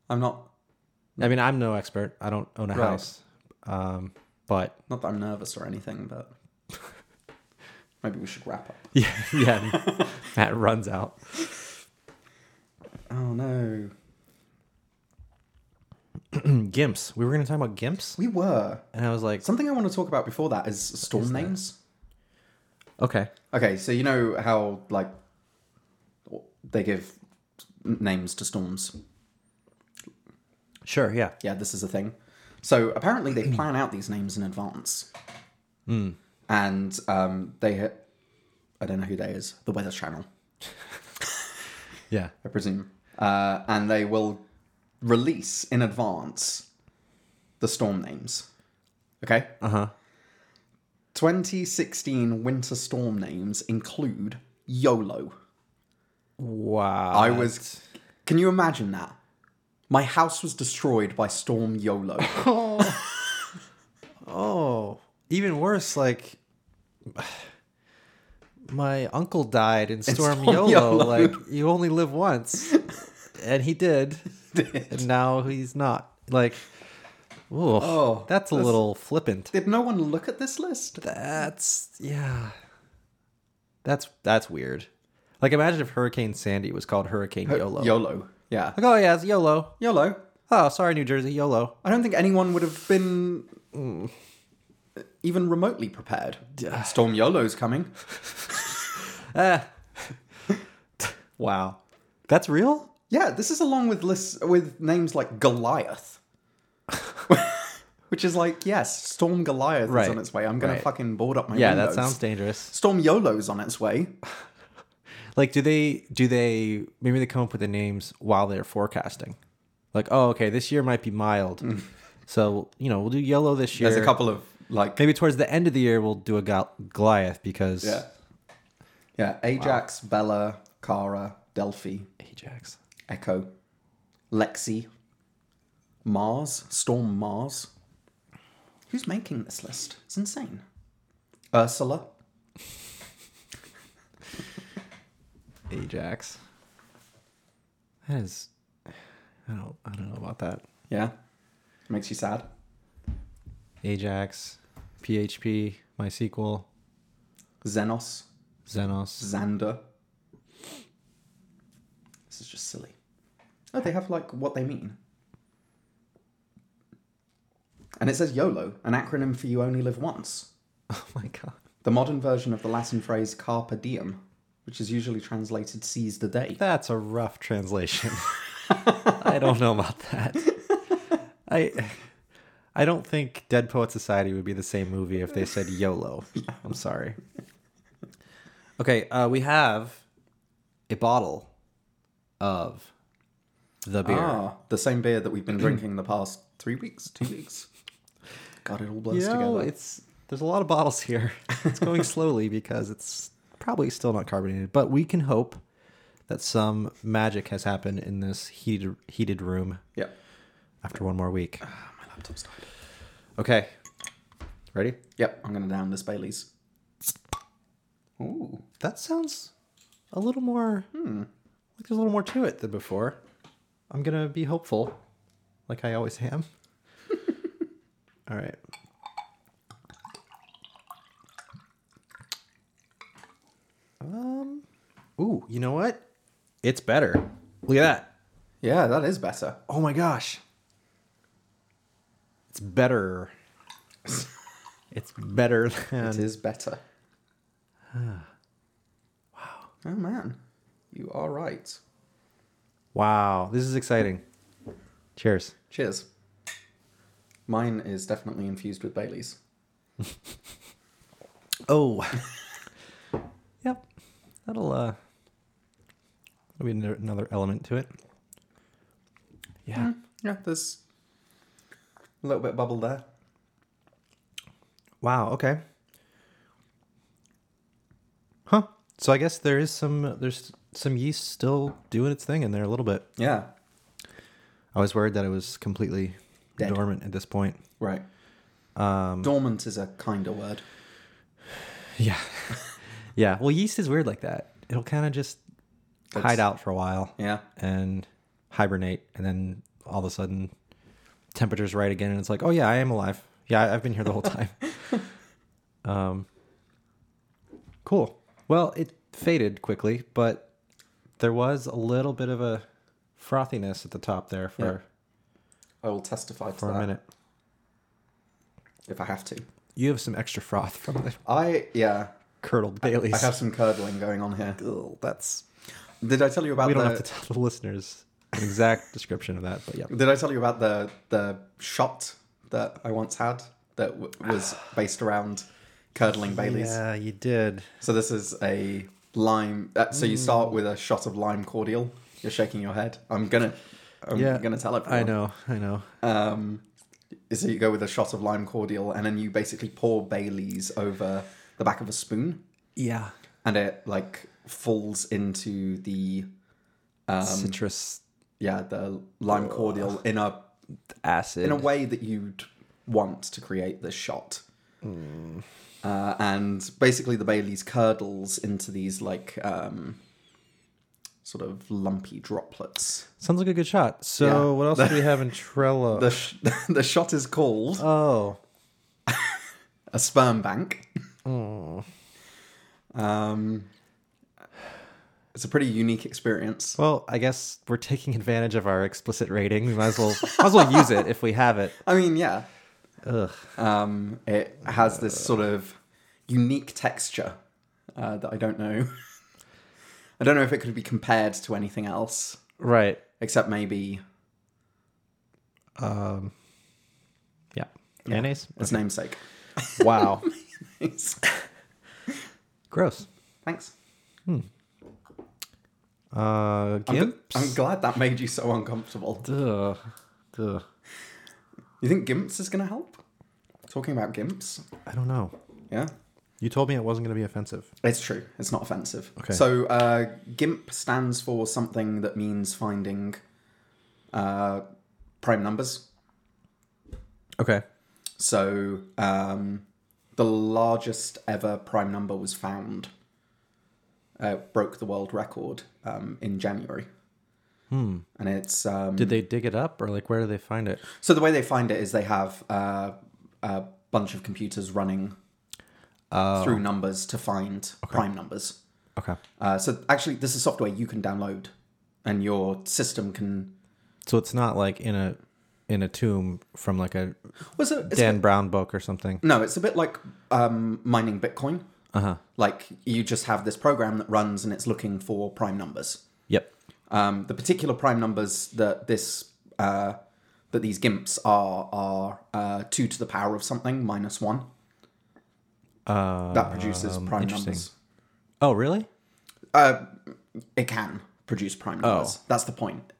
S2: I'm not
S1: I mean, I'm no expert. I don't own a
S2: Right.
S1: house. Um, but
S2: not that I'm nervous or anything, but maybe we should wrap up.
S1: yeah, yeah. Matt runs out.
S2: Oh no,
S1: Gimps. We were going to talk about Gimps.
S2: we were.
S1: And I was like,
S2: Something I want to talk about before that is storm names.
S1: okay.
S2: Okay, so you know how like they give names to storms.
S1: Sure. Yeah.
S2: Yeah, this is a thing. So apparently they plan out these names in advance. Mm. And um, they, ha- I don't know who they is, the Weather Channel,
S1: Yeah.
S2: I presume. Uh, and they will release in advance the storm names. Okay?
S1: Uh huh.
S2: 2016 winter storm names include YOLO.
S1: Wow.
S2: I was. Can you imagine that? My house was destroyed by Storm YOLO.
S1: Oh, even worse, like my uncle died in Storm,
S2: Storm
S1: Yolo.
S2: Yolo.
S1: Like you only live once, and he did, and now he's not. Like, ooh,
S2: Oh,
S1: that's a little flippant.
S2: Did no one look at this list?
S1: That's yeah, that's that's weird. Like, imagine if Hurricane Sandy was called Hurricane Yolo.
S2: YOLO. Yeah.
S1: like, oh yeah, it's Yolo.
S2: YOLO.
S1: Oh, sorry, New Jersey, Yolo.
S2: I don't think anyone would have been even remotely prepared. Storm YOLO's coming.
S1: Ah. wow, that's real.
S2: Yeah, this is along with lists with names like Goliath. Which is like, yes, Storm Goliath is
S1: Right.
S2: on its way. I'm gonna
S1: Right.
S2: fucking board up my
S1: Yeah,
S2: windows.
S1: that sounds dangerous.
S2: Storm YOLO's on its way.
S1: Like, do they do they maybe they come up with the names while they're forecasting? Like, oh, okay, this year might be mild, so you know we'll do yellow this year.
S2: There's Mm. a couple of like
S1: Maybe towards the end of the year we'll do a Gol- Goliath because
S2: Yeah. Yeah. Ajax, Bella, Kara, Delphi,
S1: Ajax.
S2: Echo, Lexi, Mars, Storm Mars. Who's making this list? It's insane. Ursula.
S1: Ajax. That is, I don't I don't know about that.
S2: Yeah. Makes you sad.
S1: Ajax, PHP, MySQL,
S2: Xenos,
S1: Xenos.
S2: Xander. This is just silly. Oh, they have like what they mean. And it says YOLO, an acronym for you only live once.
S1: Oh my god.
S2: The modern version of the Latin phrase carpe diem, which is usually translated seize the day.
S1: That's a rough translation. I don't know about that. I I don't think Dead Poet Society would be the same movie if they said YOLO. I'm sorry. Okay, uh, we have a bottle of the beer.
S2: Ah, the same beer that we've been drinking the past three weeks, two weeks. God, it all blurs
S1: you know,
S2: together.
S1: it's there's a lot of bottles here. It's going slowly because it's probably still not carbonated, but we can hope that some magic has happened in this heated heated room
S2: Yeah.
S1: after one more week.
S2: My laptop's died.
S1: Okay, ready?
S2: Yep, I'm gonna down this Bailey's. Ooh.
S1: That sounds a little more hmm, like there's a little more to it than before. I'm gonna be hopeful, like I always am. All right. Um. Ooh, you know what? It's better. Look at that.
S2: Yeah, that is better.
S1: Oh my gosh. It's better. it's better than.
S2: It is better. wow. Oh man. You are right.
S1: Wow, this is exciting. Cheers.
S2: Cheers. Mine is definitely infused with Bailey's.
S1: Oh. yep. That'll uh that'll be ano- another element to it. Yeah.
S2: Yeah, there's a little bit of bubble there.
S1: Wow, okay. Huh. So I guess there is some there's some yeast still doing its thing in there a little bit.
S2: Yeah.
S1: I was worried that it was completely
S2: Dead.
S1: dormant at this point.
S2: Right. Um, Dormant is a kinder word.
S1: Yeah. yeah. Well, yeast is weird like that. It'll kind of just hide
S2: That's-
S1: out for a while.
S2: Yeah.
S1: and hibernate and then all of a sudden temperature's right again and it's like oh yeah i am alive yeah I- i've been here the whole time um cool well it faded quickly but there was a little bit of a frothiness at the top there for
S2: I will testify to
S1: for
S2: that
S1: a minute
S2: if I have to.
S1: you have some extra froth from the
S2: I yeah.
S1: curdled baileys
S2: I have some curdling going on here.
S1: Ugh, that's
S2: Did I tell you about
S1: we don't
S2: the
S1: have to tell the listeners an exact description of that but yeah
S2: Did I tell you about the the shot that I once had that w- was based around curdling Baileys?
S1: yeah you did
S2: So this is a lime. Uh, so you start
S1: Mm.
S2: with a shot of lime cordial. You're shaking your head. I'm gonna. I'm
S1: Yeah,
S2: gonna tell everyone.
S1: i know i know
S2: Um, so you go with a shot of lime cordial, and then you basically pour Baileys over the back of a spoon,
S1: yeah
S2: and it like falls into the
S1: citrus
S2: yeah the lime cordial in a
S1: acid
S2: in a way that you'd want to create this shot. Uh, and basically, the Bailey's curdles into these like um, sort of lumpy droplets.
S1: Sounds like a good shot. So
S2: Yeah.
S1: what else do we have in Trello?
S2: The sh- the shot is called
S1: oh,
S2: a sperm bank. Um, it's a pretty unique experience.
S1: well, I guess we're taking advantage of our explicit rating. We might as well might as well use it if we have it.
S2: I mean, yeah,
S1: Ugh.
S2: um, it has this sort of unique texture uh, that I don't know. I don't know if it could be compared to anything else.
S1: Right.
S2: except maybe
S1: Um. Yeah. Mayonnaise.
S2: its namesake.
S1: Wow.
S2: Thanks.
S1: Gross. Uh.
S2: I'm,
S1: Gimp.
S2: gl- I'm glad that made you so uncomfortable.
S1: Ugh. Ugh.
S2: You think gimps is going to help? Talking about gimps,
S1: I don't know.
S2: yeah,
S1: You told me it wasn't going to be offensive.
S2: it's true. It's not offensive.
S1: Okay.
S2: So uh, gimp stands for something that means finding uh, prime numbers.
S1: Okay.
S2: So um, the largest ever prime number was found. Uh, broke the world record um, in January. Hmm. And it's um,
S1: Did they dig it up or like where do they find it?
S2: So the way they find it is they have uh, a bunch of computers running through numbers to find prime numbers.
S1: Okay.
S2: Uh, so actually, this is software you can download, and your system can.
S1: So it's not like in a in a tomb from like a
S2: Was it? It's a
S1: Dan Brown book or something.
S2: bit- no, it's a bit like um, mining Bitcoin.
S1: Uh huh.
S2: Like you just have this program that runs, and it's looking for prime numbers.
S1: Yep.
S2: Um, the particular prime numbers that this uh, that these gimps are are uh, two to the power of something minus one. that produces prime
S1: interesting.
S2: numbers.
S1: Oh, really?
S2: It can produce prime numbers. That's the point.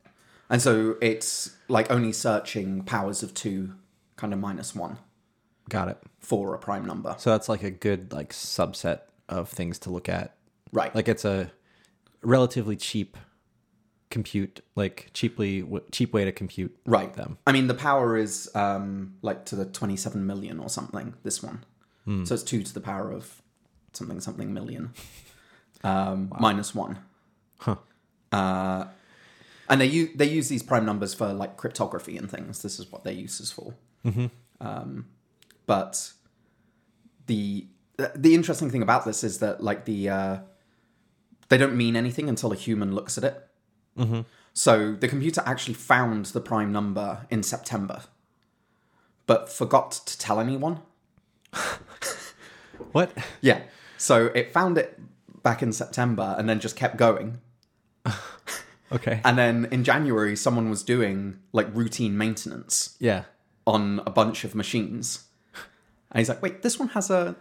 S2: And so it's like only searching powers of two, kind of minus one
S1: Got it.
S2: for a prime number.
S1: So that's like a good like subset of things to look at.
S2: Right.
S1: Like it's a relatively cheap compute, like cheaply w- cheap way to compute
S2: right.
S1: them.
S2: I mean, the power is um, like to the 27 million or something, this one. So it's two to the power of something, something million, um, minus one.
S1: Huh.
S2: Uh, and they, u- they use these prime numbers for like cryptography and things. This is what their use is for. Um, but the the interesting thing about this is that like the uh, they don't mean anything until a human looks at it. So the computer actually found the prime number in September, but forgot to tell anyone.
S1: What?
S2: Yeah. So it found it back in September and then just kept going.
S1: Okay.
S2: And then in January, someone was doing like routine maintenance
S1: yeah.
S2: on a bunch of machines. And he's like, wait, this one has a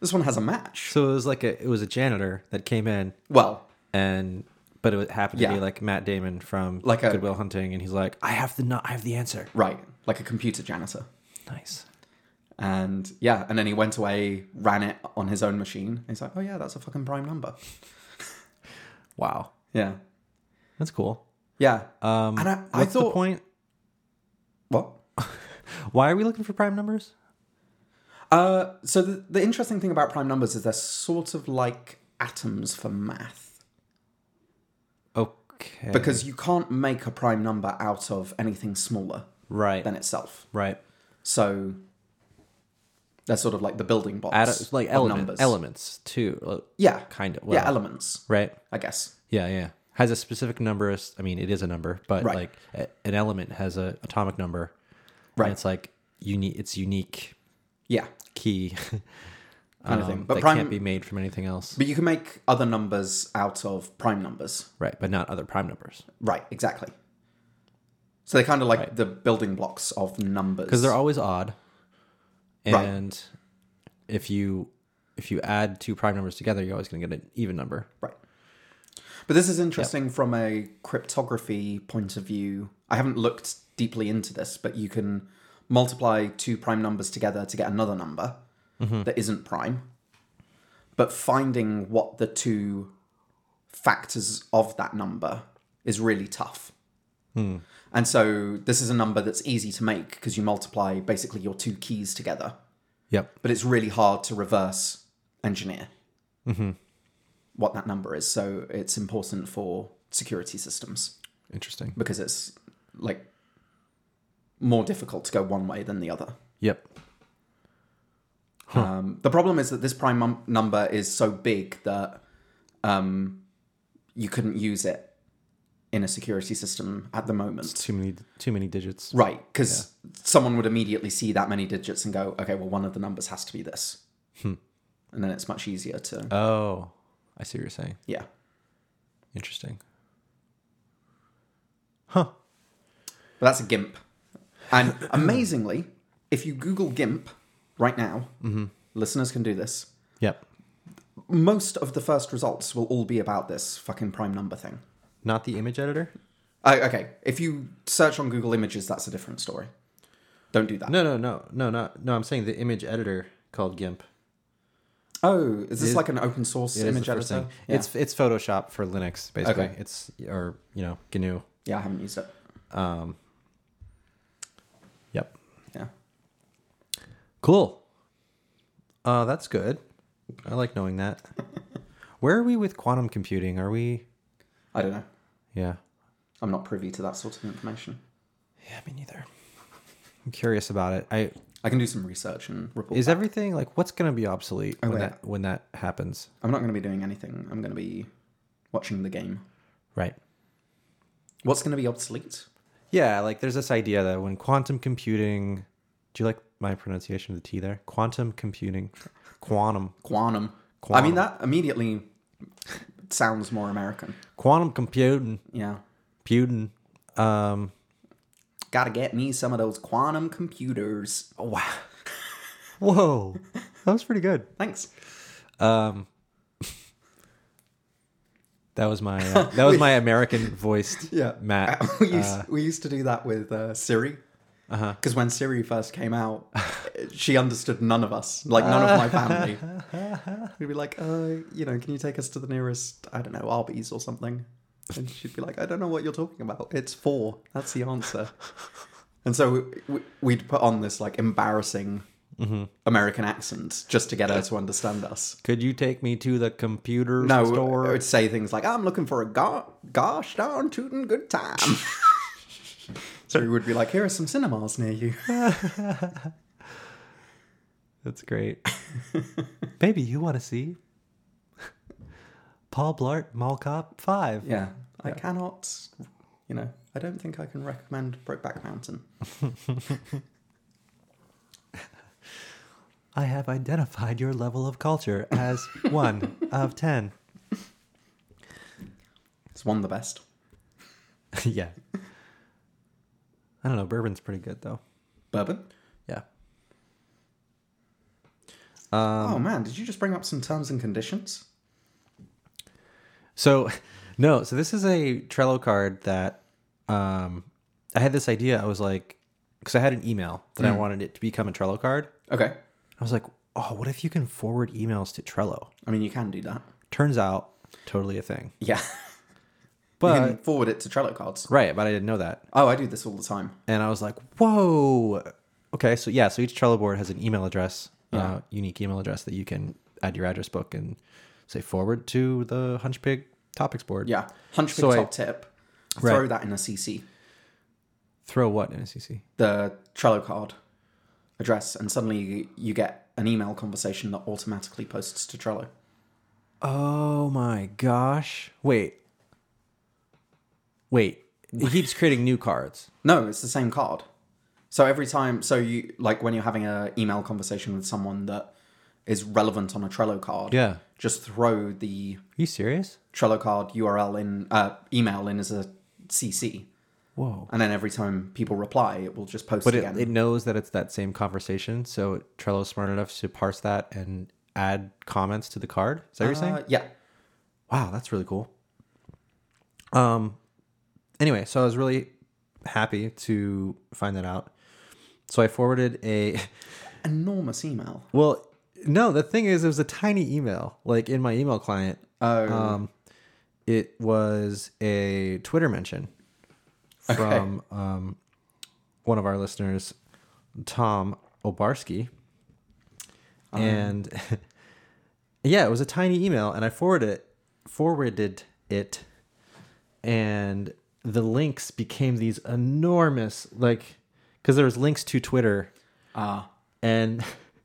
S2: this one has a match.
S1: So it was like a it was a janitor that came in
S2: Well,
S1: and but it happened to
S2: Yeah.
S1: be like Matt Damon from
S2: Like a-
S1: Good Will Hunting, and he's like, I have the nu- I have the answer.
S2: right, like a computer janitor.
S1: Nice.
S2: And yeah, and then he went away, ran it on his own machine. He's like, oh yeah, that's a fucking prime number.
S1: Wow.
S2: Yeah.
S1: That's cool.
S2: Yeah.
S1: Um,
S2: And I- I
S1: what's the
S2: thought-
S1: point?
S2: what?
S1: Why are we looking for prime numbers?
S2: Uh, so the, the interesting thing about prime numbers is they're sort of like atoms for math
S1: Okay.
S2: because you can't make a prime number out of anything smaller
S1: right,
S2: than itself.
S1: right.
S2: So they're sort of like the building blocks,
S1: Add a- like
S2: of
S1: element,
S2: numbers.
S1: elements too. Well,
S2: yeah,
S1: kind of.
S2: yeah,
S1: well,
S2: elements,
S1: right.
S2: I guess.
S1: Yeah, yeah. Has a specific number. as- I mean, it is a number, but
S2: Right.
S1: like a, an element has a atomic number.
S2: Right.
S1: And it's like unique. It's unique
S2: Yeah,
S1: key
S2: kind of thing.
S1: um,
S2: But
S1: that
S2: prime,
S1: can't be made from anything else.
S2: but you can make other numbers out of prime numbers.
S1: Right, but not other prime numbers
S2: Right, exactly. So they're kind of like the building blocks of numbers.
S1: because they're always odd.
S2: Right.
S1: And if you if you add two prime numbers together, you're always going to get an even number.
S2: Right. But this is interesting from a cryptography point of view. I haven't looked deeply into this, but you can multiply two prime numbers together to get another number that isn't prime. But finding what the two factors of that number is really tough. And so this is a number that's easy to make because you multiply basically your two keys together
S1: Yep.
S2: but it's really hard to reverse engineer what that number is. So it's important for security systems
S1: Interesting.
S2: because it's like more difficult to go one way than the other.
S1: Yep.
S2: Um, the problem is that this prime num- number is so big that um, you couldn't use it in a security system at the moment.
S1: Too many too many digits.
S2: Right, because someone would immediately see that many digits and go, okay, well, one of the numbers has to be this. And then it's much easier to,
S1: Oh, I see what you're saying.
S2: yeah.
S1: Interesting.
S2: But that's a GIMP. And amazingly, if you Google GIMP right now,
S1: Mm-hmm.
S2: listeners can do this.
S1: Yep.
S2: Most of the first results will all be about this fucking prime number thing.
S1: Not the image editor.
S2: Oh, okay, if you search on Google Images, that's a different story. Don't do that.
S1: No, no, no, no, not no. I'm saying the image editor called GIMP.
S2: Oh, is this
S1: It-
S2: like an open source
S1: It is
S2: image
S1: the first
S2: editor?
S1: thing.
S2: Yeah.
S1: It's it's Photoshop for Linux basically.
S2: Okay.
S1: It's or you know GNU.
S2: yeah, I haven't used it.
S1: Um, yep.
S2: Yeah.
S1: Cool. Uh, that's good. I like knowing that. Where are we with quantum computing? Are we?
S2: I don't know.
S1: Yeah.
S2: I'm not privy to that sort of information.
S1: Yeah, me neither. I'm curious about it. I
S2: I can do some research and report.
S1: is everything like what's gonna be obsolete when
S2: wait.
S1: that when that happens?
S2: I'm not going to be doing anything. I'm going to be watching the game.
S1: Right.
S2: What's going to be obsolete?
S1: Yeah, like there's this idea that when quantum computing, do you like my pronunciation of the T there? Quantum computing, quantum,
S2: Quantum. I
S1: Quantum.
S2: mean, that immediately sounds more American.
S1: quantum computing,
S2: Yeah.
S1: putin. Um,
S2: Gotta get me some of those quantum computers.
S1: Oh, wow. Whoa. That was pretty good.
S2: Thanks.
S1: Um, that was my uh, that was my American voiced
S2: Yeah. Uh,
S1: Matt. Uh,
S2: we, used, we used to do that with uh, Siri. Because when Siri first came out, she understood none of us, like none of my family. We'd be like, uh, you know, can you take us to the nearest, I don't know, Arby's or something? And she'd be like, I don't know what you're talking about. It's four. That's the answer. And so we, we, we'd put on this like embarrassing American accent just to get her to understand us.
S1: Could you take me to the computer
S2: No,
S1: store?
S2: I would say things like, I'm looking for a go- gosh darn tootin' good time. so he would be like, here are some cinemas near you.
S1: That's great. Baby, you want to see Paul Blart Mall Cop 5?
S2: Yeah. I cannot, you know, I don't think I can recommend Brokeback Mountain.
S1: I have identified your level of culture as 1 of 10.
S2: It's one of the best.
S1: yeah. I don't know, bourbon's pretty good though.
S2: Bourbon?
S1: Yeah.
S2: oh man, did you just bring up some terms and conditions?
S1: So, no, so this is a Trello card that um, I had this idea. I was like, because I had an email that
S2: Mm.
S1: I wanted it to become a Trello card.
S2: Okay.
S1: I was like, oh, what if you can forward emails to Trello?
S2: I mean, you can do that.
S1: Turns out, totally a thing.
S2: Yeah.
S1: But,
S2: you can forward it to Trello cards.
S1: right, but I didn't know that.
S2: Oh, I do this all the time.
S1: And I was like, whoa. Okay, so yeah, so each Trello board has an email address, uh, unique email address that you can add your address book and say forward to the Hunchpig topics board.
S2: Yeah. Hunchback
S1: So I-
S2: top tip. Throw
S1: Right.
S2: that in a CC.
S1: Throw what in a CC?
S2: the Trello card address, and suddenly you, you get an email conversation that automatically posts to Trello.
S1: Oh my gosh. Wait. Wait. It keeps creating new cards.
S2: No, it's the same card. So every time, so you like when you're having an email conversation with someone that is relevant on a Trello card,
S1: Yeah.
S2: just throw the
S1: Are you serious?
S2: Trello card URL in uh, email in as a CC,
S1: Whoa.
S2: and then every time people reply, it will just post
S1: But it,
S2: again.
S1: it knows that it's that same conversation, so Trello's smart enough to parse that and add comments to the card. Is that what you're saying?
S2: Uh, yeah,
S1: Wow, that's really cool. Um anyway, so I was really happy to find that out. So I forwarded a
S2: enormous email.
S1: Well, no, the thing is, it was a tiny email, like in my email client.
S2: Oh.
S1: Um, it was a Twitter mention from um, one of our listeners, Tom Obarski.
S2: Um.
S1: And yeah, it was a tiny email, and I forwarded it, forwarded it, and the links became these enormous, like, because there was links to Twitter
S2: Ah,
S1: and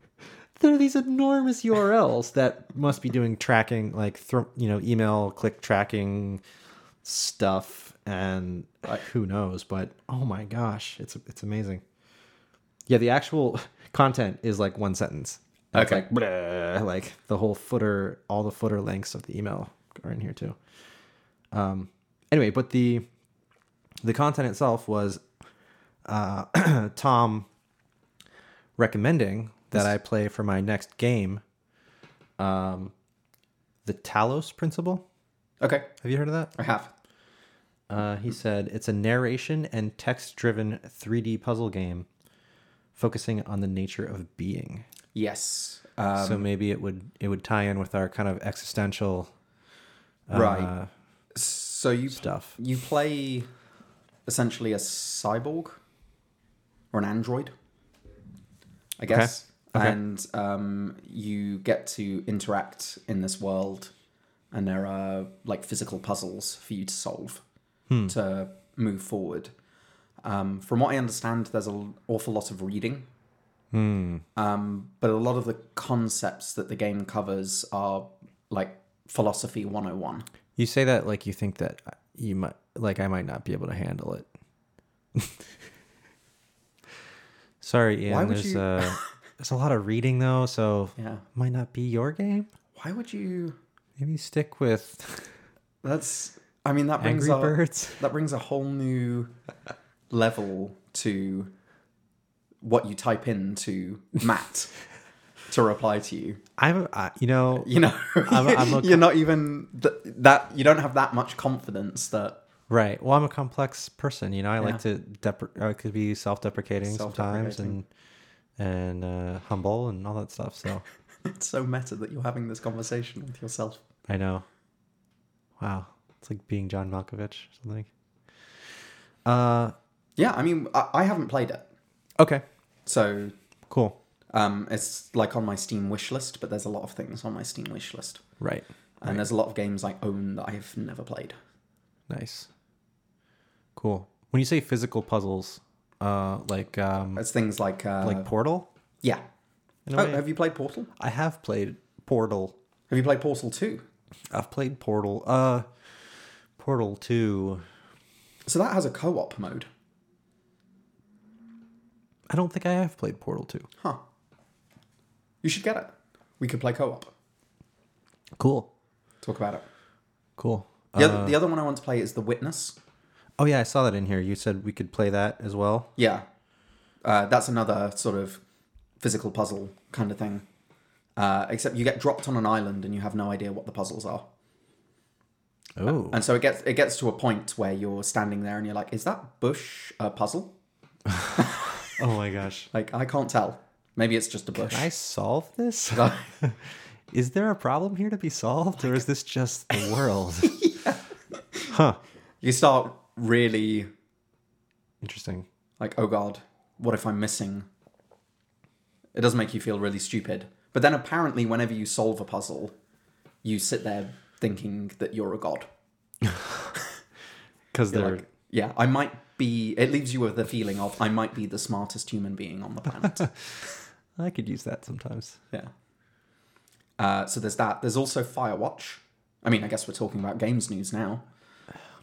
S1: there are these enormous URLs that must be doing tracking, like thr you know, email click tracking stuff, and uh, who knows. But oh my gosh, it's it's amazing. Yeah, the actual content is like one sentence. And it's
S2: Okay.
S1: like, bleh, like the whole footer, all the footer links of the email are in here too. Um. Anyway, but the the content itself was uh, Tom recommending that I play for my next game, um, the Talos Principle.
S2: okay,
S1: Have you heard of that?
S2: I have.
S1: Uh, he said it's a narration and text-driven 3D puzzle game, focusing on the nature of being.
S2: Yes, uh,
S1: so maybe it would it would tie in with our kind of existential uh,
S2: right. So you
S1: stuff.
S2: You play essentially a cyborg or an android, I guess.
S1: Okay.
S2: And um, you get to interact in this world, and there are like physical puzzles for you to solve
S1: Hmm.
S2: to move forward. Um, from what I understand, there's an awful lot of reading.
S1: Hmm.
S2: Um, but a lot of the concepts that the game covers are like philosophy 101.
S1: You say that like you think that you might like I might not be able to handle it. Sorry, Ian.
S2: Why would
S1: there's
S2: you-
S1: uh, there's a lot of reading though, so
S2: Yeah.
S1: might not be your game.
S2: Why would you
S1: Maybe stick with
S2: That's. I mean, that brings
S1: Angry
S2: a,
S1: Birds.
S2: that brings a whole new level to what you type in to Matt to reply to you.
S1: I'm, I, you know,
S2: You know,
S1: I'm- I'm okay.
S2: you're not even th- that. You don't have that much confidence that
S1: right. Well, I'm a complex person. You know, I like to dep- I could be self-deprecating, sometimes and and uh, humble and all that stuff. So
S2: it's so meta that you're having this conversation with yourself.
S1: I know. Wow, it's like being John Malkovich or something. Uh,
S2: Yeah, I mean, I, I haven't played it,
S1: okay,
S2: so
S1: cool.
S2: um, it's like on my Steam wish list. But there's a lot of things on my Steam wish list,
S1: Right,
S2: and there's a lot of games I own that I've never played.
S1: nice, cool. When you say physical puzzles, uh, like um,
S2: It's things like uh,
S1: like Portal.
S2: yeah.
S1: In a
S2: Oh,
S1: way.
S2: have you played Portal?
S1: I have played Portal.
S2: Have you played Portal Two?
S1: I've played Portal. Uh, Portal Two.
S2: So that has a co-op mode,
S1: I don't think I have played Portal Two.
S2: huh? You should get it. We could play co-op.
S1: Cool,
S2: Talk about it.
S1: cool. Uh,
S2: The, other, the other one I want to play is The Witness.
S1: oh yeah, I saw that in here. You said we could play that as well.
S2: Yeah. Uh, that's another sort of physical puzzle kind of thing. Uh, except you get dropped on an island and you have no idea what the puzzles are.
S1: Oh,
S2: And so it gets it gets to a point where you're standing there and you're like, is that bush a puzzle?
S1: oh my gosh.
S2: Like I can't tell. Maybe it's just a bush.
S1: Can I solve this? is there a problem here to be solved, or is this just the world? Huh.
S2: You start really
S1: Interesting.
S2: like, oh god, what if I'm missing? It does make you feel really stupid. But then apparently, whenever you solve a puzzle, you sit there thinking that you're a god.
S1: Because
S2: You're
S1: they're
S2: like, yeah, I might be. It leaves you with the feeling of I might be the smartest human being on the planet.
S1: I could use that sometimes.
S2: yeah. Uh, so there's that. There's also Firewatch. I mean, I guess we're talking about games news now.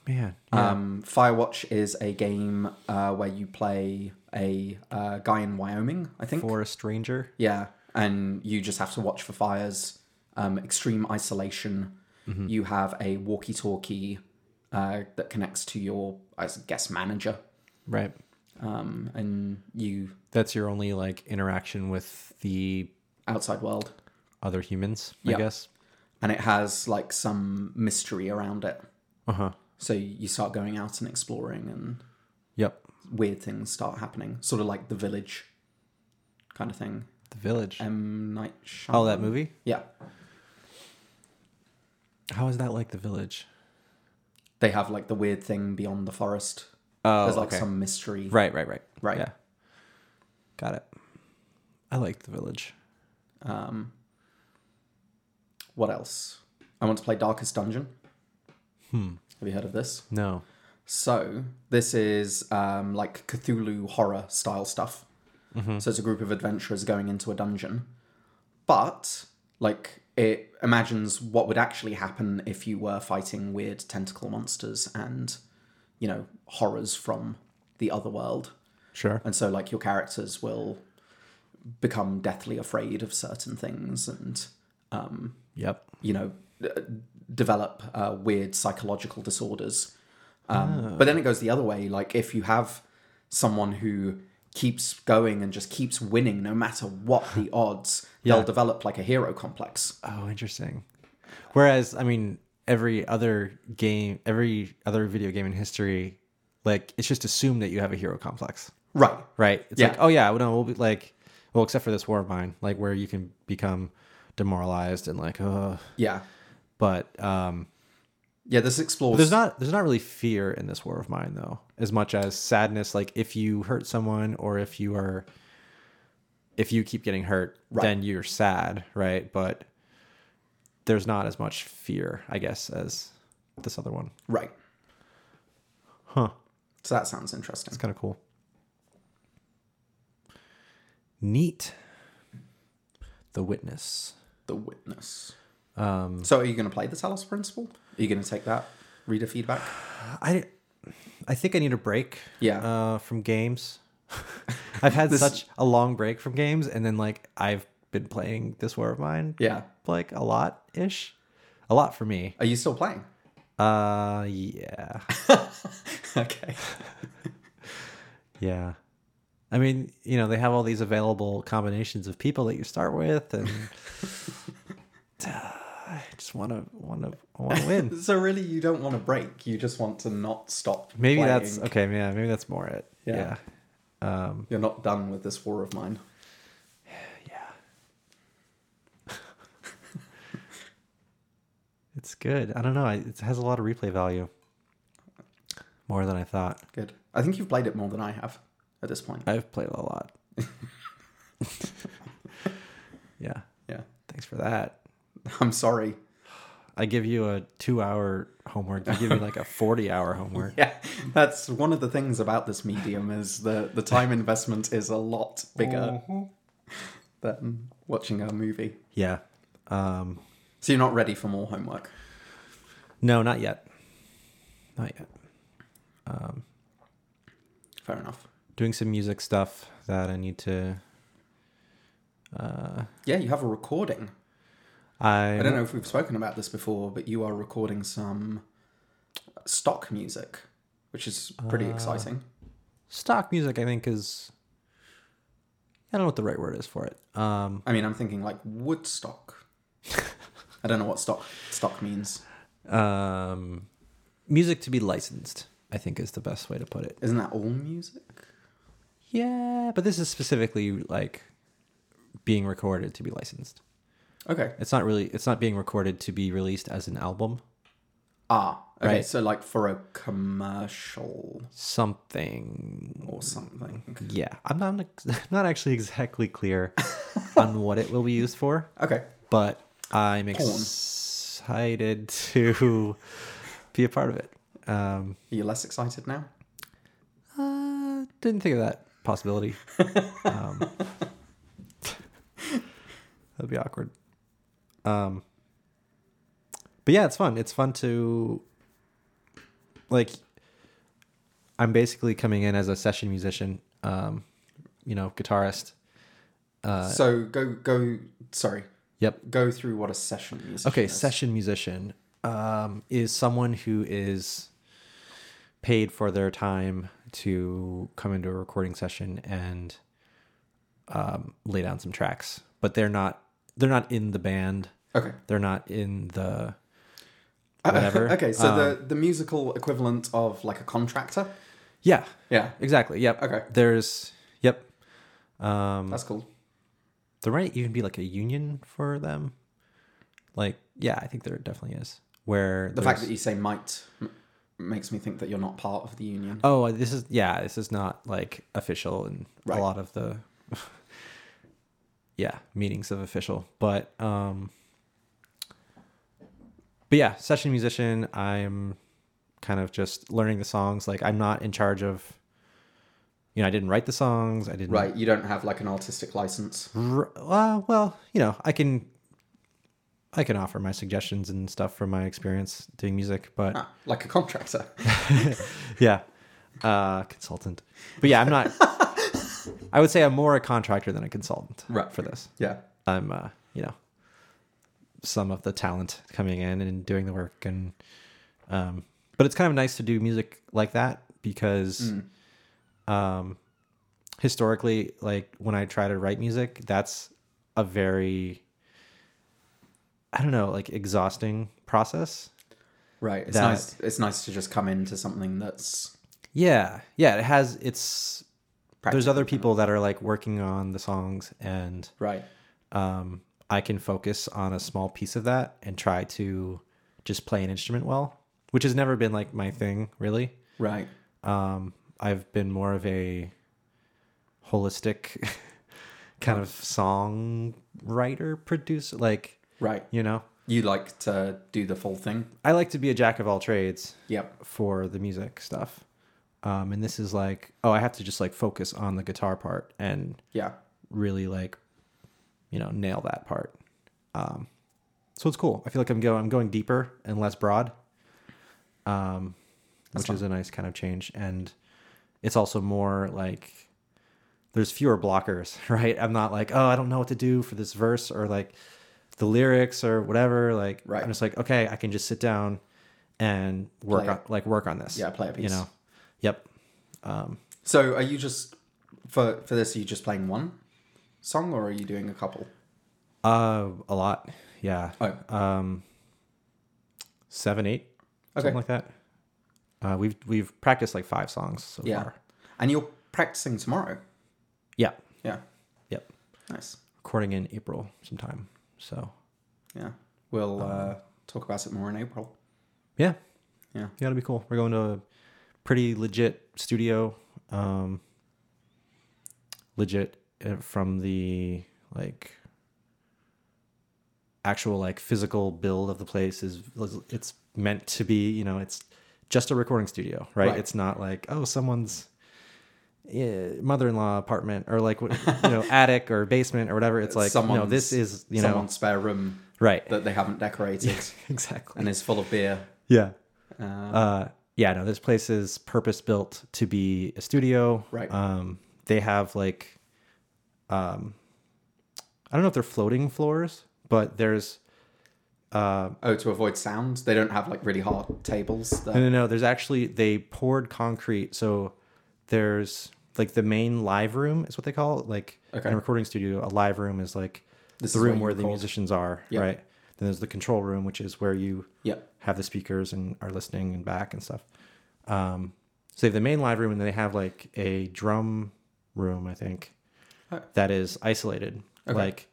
S1: Man. yeah.
S2: Um, Firewatch is a game uh, where you play a uh, guy in Wyoming, I think.
S1: for a stranger.
S2: Yeah, and you just have to watch for fires, um, extreme isolation.
S1: Mm-hmm.
S2: You have a walkie-talkie uh, that connects to your, I guess, manager,
S1: Right.
S2: um, and you
S1: That's your only like interaction with the
S2: outside world,
S1: other humans,
S2: Yeah.
S1: I guess.
S2: and it has like some mystery around it.
S1: Uh huh.
S2: So you start going out and exploring, and
S1: Yep.
S2: weird things start happening, sort of like the village, kind of thing.
S1: The village.
S2: M Night. Shyamalan.
S1: oh, that movie?
S2: Yeah,
S1: How is that like the village?
S2: they have like the weird thing beyond the forest.
S1: Oh,
S2: There's like
S1: okay.
S2: some mystery.
S1: Right, right, right.
S2: Right.
S1: Yeah. Got it. I like the village.
S2: Um, what else? I want to play Darkest Dungeon.
S1: Hmm.
S2: Have you heard of this?
S1: No.
S2: So this is um, like Cthulhu horror style stuff. So it's a group of adventurers going into a dungeon, but like it imagines what would actually happen if you were fighting weird tentacle monsters and you know horrors from the other world.
S1: Sure.
S2: And so like your characters will become deathly afraid of certain things and
S1: Yep.
S2: you know d- develop uh, weird psychological disorders um,
S1: Ah.
S2: but then it goes the other way like if you have someone who keeps going and just keeps winning no matter what the odds they'll develop like a hero complex
S1: Oh, interesting. Whereas, I mean, every other game, every other video game in history, like it's just assumed that you have a hero complex,
S2: right
S1: right? It's
S2: Yeah.
S1: like, oh yeah, well, no, we'll be like, well, except for this war of mine, like where you can become demoralized and like, uh,
S2: yeah
S1: but um,
S2: yeah this explores
S1: there's not there's not really fear in this war of mine though, as much as sadness. Like if you hurt someone or if you are, if you keep getting hurt, then you're sad, right? But there's not as much fear, I guess, as this other one.
S2: right
S1: Huh.
S2: so that sounds interesting
S1: It's kind of cool. Neat. The witness.
S2: the witness
S1: Um,
S2: so are you going to play the talos principle are you going to take that reader feedback
S1: I, I think I need a break.
S2: Yeah.
S1: Uh, from games, I've had such a long break from games, and then like I've been playing this War of Mine,
S2: yeah
S1: like a lot ish, a lot for me.
S2: are you still playing
S1: Uh, yeah,
S2: okay
S1: yeah. I mean, you know, they have all these available combinations of people that you start with, and uh, I just want to want to want to win.
S2: So really, you don't want to break. You just want to not stop.
S1: Maybe
S2: playing.
S1: that's okay. Yeah, maybe that's more it.
S2: Yeah.
S1: Yeah,
S2: you're not done with this war of mine.
S1: yeah. it's good. I don't know. I- It has a lot of replay value, more than I thought.
S2: Good. I think you've played it more than I have at this point.
S1: I've played a lot. yeah.
S2: Yeah.
S1: Thanks for that.
S2: I'm sorry.
S1: I give you a two hour homework. You give me like a 40 hour homework.
S2: Yeah, that's one of the things about this medium is the the time investment is a lot bigger
S1: Uh-huh.
S2: than watching a movie.
S1: Yeah. Um,
S2: So you're not ready for more homework.
S1: no, not yet. Not yet.
S2: Fair enough.
S1: Doing some music stuff that I need to. Uh,
S2: Yeah, you have a recording.
S1: I,
S2: I don't know if we've spoken about this before, but you are recording some stock music, which is pretty
S1: Ah.
S2: exciting.
S1: Stock music, I think, is. I don't know what the right word is for it. Um,
S2: I mean, I'm thinking like Woodstock. I don't know what stock stock means.
S1: um, music to be licensed, I think, is the best way to put it.
S2: Isn't that all music?
S1: Yeah, but this is specifically like being recorded to be licensed.
S2: Okay.
S1: It's not really it's not being recorded to be released as an album.
S2: Ah, okay.
S1: Right.
S2: So like for a commercial
S1: Something.
S2: or something.
S1: Yeah, I'm not ex- I'm not actually exactly clear on what it will be used for,
S2: Okay.
S1: but I'm excited to be a part of it. Um
S2: Are you less excited now?
S1: uh, didn't think of that possibility. Um, that'd be awkward. Um, but yeah, it's fun. It's fun to like. I'm basically coming in as a session musician, um, you know, guitarist. Uh,
S2: so go go sorry.
S1: Yep.
S2: Go through what a session musician
S1: Okay,
S2: is.
S1: session musician um, is someone who is paid for their time to come into a recording session and um, lay down some tracks, but they're not they're not in the band.
S2: Okay.
S1: They're not in the whatever.
S2: Uh,
S1: Um,
S2: okay, so the the musical equivalent of like a contractor.
S1: yeah,
S2: Yeah.
S1: exactly. Yep.
S2: Okay.
S1: There's yep. Um,
S2: That's cool.
S1: there might even be like a union for them. Like yeah, I think there definitely is. Where
S2: The fact that you say might m- makes me think that you're not part of the union.
S1: Oh, this is yeah. This is not like official and
S2: Right.
S1: a lot of the yeah meanings of official, but um, but yeah, session musician. I'm kind of just learning the songs. Like I'm not in charge of. You know, I didn't write the songs. I didn't.
S2: Right, you don't have like an artistic license.
S1: R- uh, well, you know, I can. I can offer my suggestions and stuff from my experience doing music, but
S2: Ah, like a contractor.
S1: yeah uh consultant but yeah i'm not i would say i'm more a contractor than a consultant
S2: Right.
S1: for this
S2: yeah.
S1: i'm uh you know some of the talent coming in and doing the work and um but it's kind of nice to do music like that because um historically like when i try to write music that's a very i don't know like exhausting process
S2: Right. It's
S1: That-
S2: nice it's nice to just come into something that's
S1: Yeah, yeah, it has. It's there's
S2: Practical
S1: other people that are like working on the songs, and
S2: right.
S1: um, I can focus on a small piece of that and try to just play an instrument well, which has never been like my thing really.
S2: Right.
S1: Um, I've been more of a holistic kind of songwriter producer, like
S2: Right.
S1: you know,
S2: You like to do the full thing.
S1: I like to be a jack of all trades.
S2: Yep.
S1: for the music stuff. Um, and this is like, oh, I have to just like focus on the guitar part and
S2: Yeah.
S1: really like, you know, nail that part. Um, so it's cool. I feel like I'm going, I'm going deeper and less broad, um, which is a nice kind of change. And it's also more like there's fewer blockers, right? I'm not like, oh, I don't know what to do for this verse or like the lyrics or whatever. Like,
S2: Right.
S1: I'm just like, okay, I can just sit down and work
S2: Play
S1: on like work on this.
S2: Yeah, play a piece.
S1: Um, You know, yep.
S2: So are you just for for this, are you just playing one song, or are you doing a couple?
S1: Uh, a lot. Yeah.
S2: Oh.
S1: Um, seven, eight,
S2: Okay.
S1: something like that. Uh, we've we've practiced like five songs so
S2: Yeah,
S1: far.
S2: and you're practicing tomorrow.
S1: Yeah.
S2: Yeah,
S1: Yep.
S2: nice.
S1: Recording in April sometime. So
S2: Yeah, we'll
S1: Um,
S2: uh, talk about it more in April.
S1: yeah,
S2: Yeah.
S1: yeah, it'll be cool. We're going to a pretty legit studio. Um, legit uh, from the like actual like physical build of the place is it's meant to be you know it's just a recording studio right,
S2: Right.
S1: it's not like oh someone's yeah, mother-in-law apartment or like what- you know attic or basement or whatever it's like no
S2: Someone's-
S1: this is you know
S2: Someone's spare room
S1: right
S2: that they haven't decorated
S1: exactly
S2: and is full of beer.
S1: yeah
S2: Uh,
S1: uh yeah no this place is purpose built to be a studio
S2: Right.
S1: um they have like um i don't know if they're floating floors but there's
S2: oh, to avoid sound, they don't have like really hard tables. That,
S1: no no no there's actually they poured concrete so there's like the main live room is what they call it like
S2: Okay.
S1: in a recording studio a live room is like
S2: This
S1: the
S2: is where
S1: room
S2: you
S1: where the
S2: record.
S1: musicians are right then there's the control room which is where you
S2: yeah,
S1: have the speakers and are listening and back and stuff. Um, so they have the main live room and then they have like a drum room, I think,
S2: Oh.
S1: that is isolated,
S2: Okay.
S1: like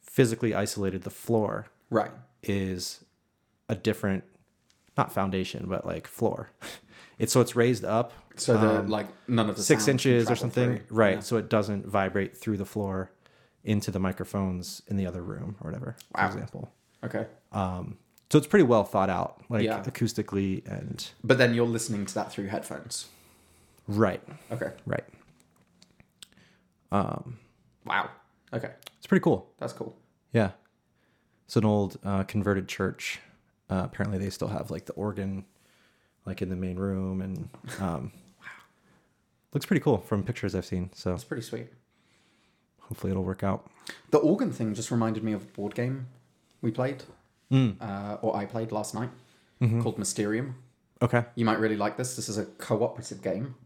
S1: physically isolated. The floor
S2: right.
S1: is a different, not foundation, but like floor. it's so it's raised up
S2: So the like none of the
S1: Um, six
S2: sound can
S1: inches or
S2: travel
S1: something,
S2: through.
S1: right? So it doesn't vibrate through the floor into the microphones in the other room or whatever, for
S2: Wow.
S1: example.
S2: Okay,
S1: So it's pretty well thought out, like
S2: Yeah.
S1: acoustically and
S2: but then you're listening to that through headphones.
S1: right.
S2: Okay,
S1: Right.
S2: wow. Okay,
S1: It's pretty cool.
S2: that's cool.
S1: Yeah. It's an old uh, converted church. Uh, apparently, they still have like the organ, like in the main room, and um, looks pretty cool from pictures I've seen. So
S2: That's pretty sweet.
S1: hopefully, it'll work out.
S2: The organ thing just reminded me of a board game we played,
S1: Hmm.
S2: uh, or I played last night,
S1: Mm-hmm.
S2: called Mysterium.
S1: Okay.
S2: You might really like this. This is a cooperative game,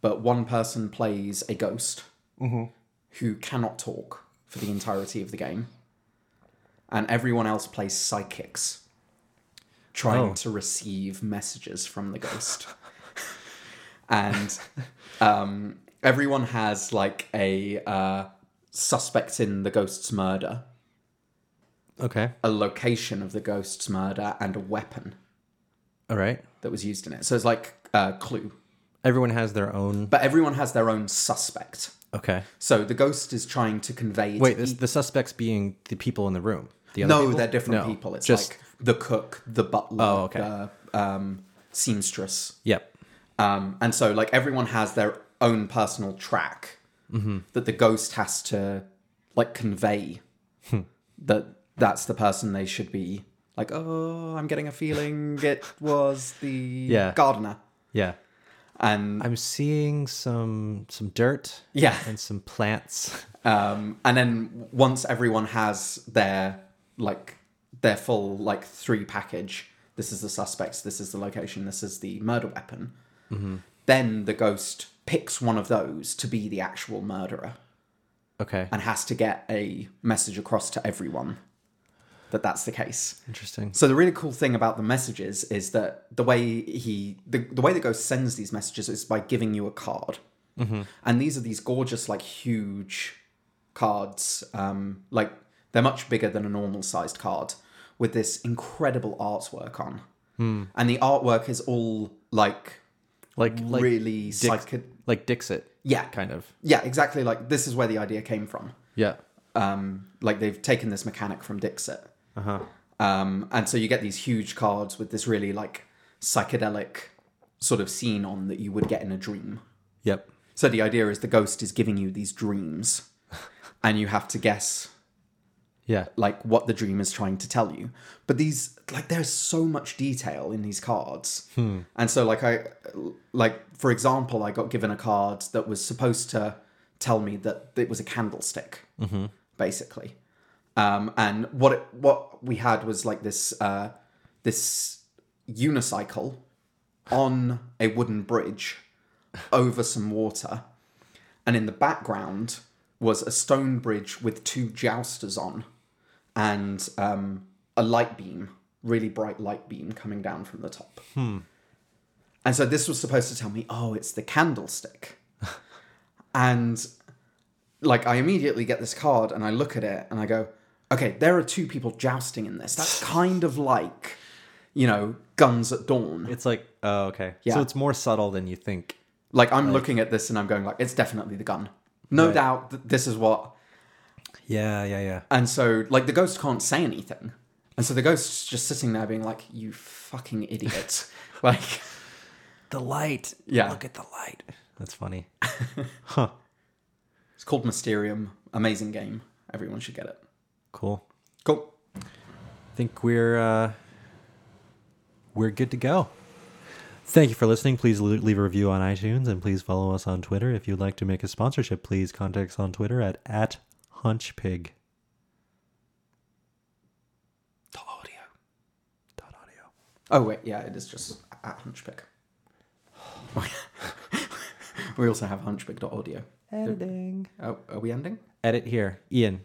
S2: but one person plays a ghost who cannot talk for the entirety of the game, and everyone else plays psychics trying
S1: Oh.
S2: to receive messages from the ghost. and um, everyone has like a uh, suspect in the ghost's murder,
S1: Okay.
S2: a location of the ghost's murder, and a weapon
S1: All right.
S2: that was used in it. So it's like uh, Clue.
S1: Everyone has their own.
S2: but everyone has their own suspect.
S1: Okay.
S2: So the ghost is trying to convey. to
S1: Wait, this,
S2: each-
S1: the suspects being the people in the room. The other
S2: no,
S1: people?
S2: they're different
S1: No,
S2: people. It's
S1: just
S2: like the cook, the butler,
S1: Oh, okay.
S2: the um, seamstress,
S1: yep.
S2: um, and so like everyone has their own personal track
S1: Mm-hmm.
S2: that the ghost has to like convey
S1: Hmm.
S2: that that's the person they should be. Like, oh, I'm getting a feeling it was the
S1: Yeah.
S2: gardener,
S1: Yeah.
S2: and
S1: I'm seeing some some dirt
S2: yeah,
S1: and some plants.
S2: um, and then once everyone has their like their full like three package this is the suspects this is the location this is the murder weapon then the ghost picks one of those to be the actual murderer
S1: Okay.
S2: and has to get a message across to everyone that that's the case
S1: Interesting.
S2: so the really cool thing about the messages is that the way he the, the way the ghost sends these messages is by giving you a card.
S1: Mm-hmm.
S2: And these are these gorgeous, like huge cards. Um, like they're much bigger than a normal sized card with this incredible artwork on.
S1: Hmm.
S2: And the artwork is all like,
S1: Like like
S2: really psychic.
S1: like Dixit
S2: Yeah.
S1: kind of.
S2: Yeah, exactly. Like this is where the idea came from.
S1: Yeah.
S2: um, like they've taken this mechanic from Dixit. Um, and so you get these huge cards with this really like psychedelic sort of scene on that you would get in a dream.
S1: Yep.
S2: So the idea is the ghost is giving you these dreams, and you have to guess
S1: Yeah.
S2: like what the dream is trying to tell you. But these like there's so much detail in these cards. And so like I like for example, I got given a card that was supposed to tell me that it was a candlestick, basically. Um, and what it, what we had was like this uh, this unicycle on a wooden bridge over some water and in the background was a stone bridge with two jousters on, and um, a light beam, really bright light beam coming down from the top. And so this was supposed to tell me, oh, it's the candlestick. and like I immediately get this card and I look at it and I go, okay, there are two people jousting in this. That's kind of like, you know, guns at dawn.
S1: It's like, oh, okay. So
S2: Yeah.
S1: it's more subtle than you think.
S2: Like I'm looking at this and I'm going like, it's definitely the gun. No
S1: Right.
S2: doubt that this is what.
S1: Yeah, yeah, yeah.
S2: And so like the ghost can't say anything. And so the ghost's just sitting there being like, you fucking idiot. like
S1: The light.
S2: Yeah.
S1: Look at the light. That's funny.
S2: it's called Mysterium. Amazing game. Everyone should get it.
S1: Cool.
S2: Cool.
S1: think we're uh, we're good to go. Thank you for listening. Please le- leave a review on iTunes and please follow us on Twitter. If you'd like to make a sponsorship, please contact us on Twitter at, at hunchpig.
S2: Dot audio.
S1: dot audio.
S2: Oh wait, yeah, it is just at Hunchpick. we also have Hunchpick.audio.
S1: Editing.
S2: Oh, are we ending?
S1: Edit here. Ian.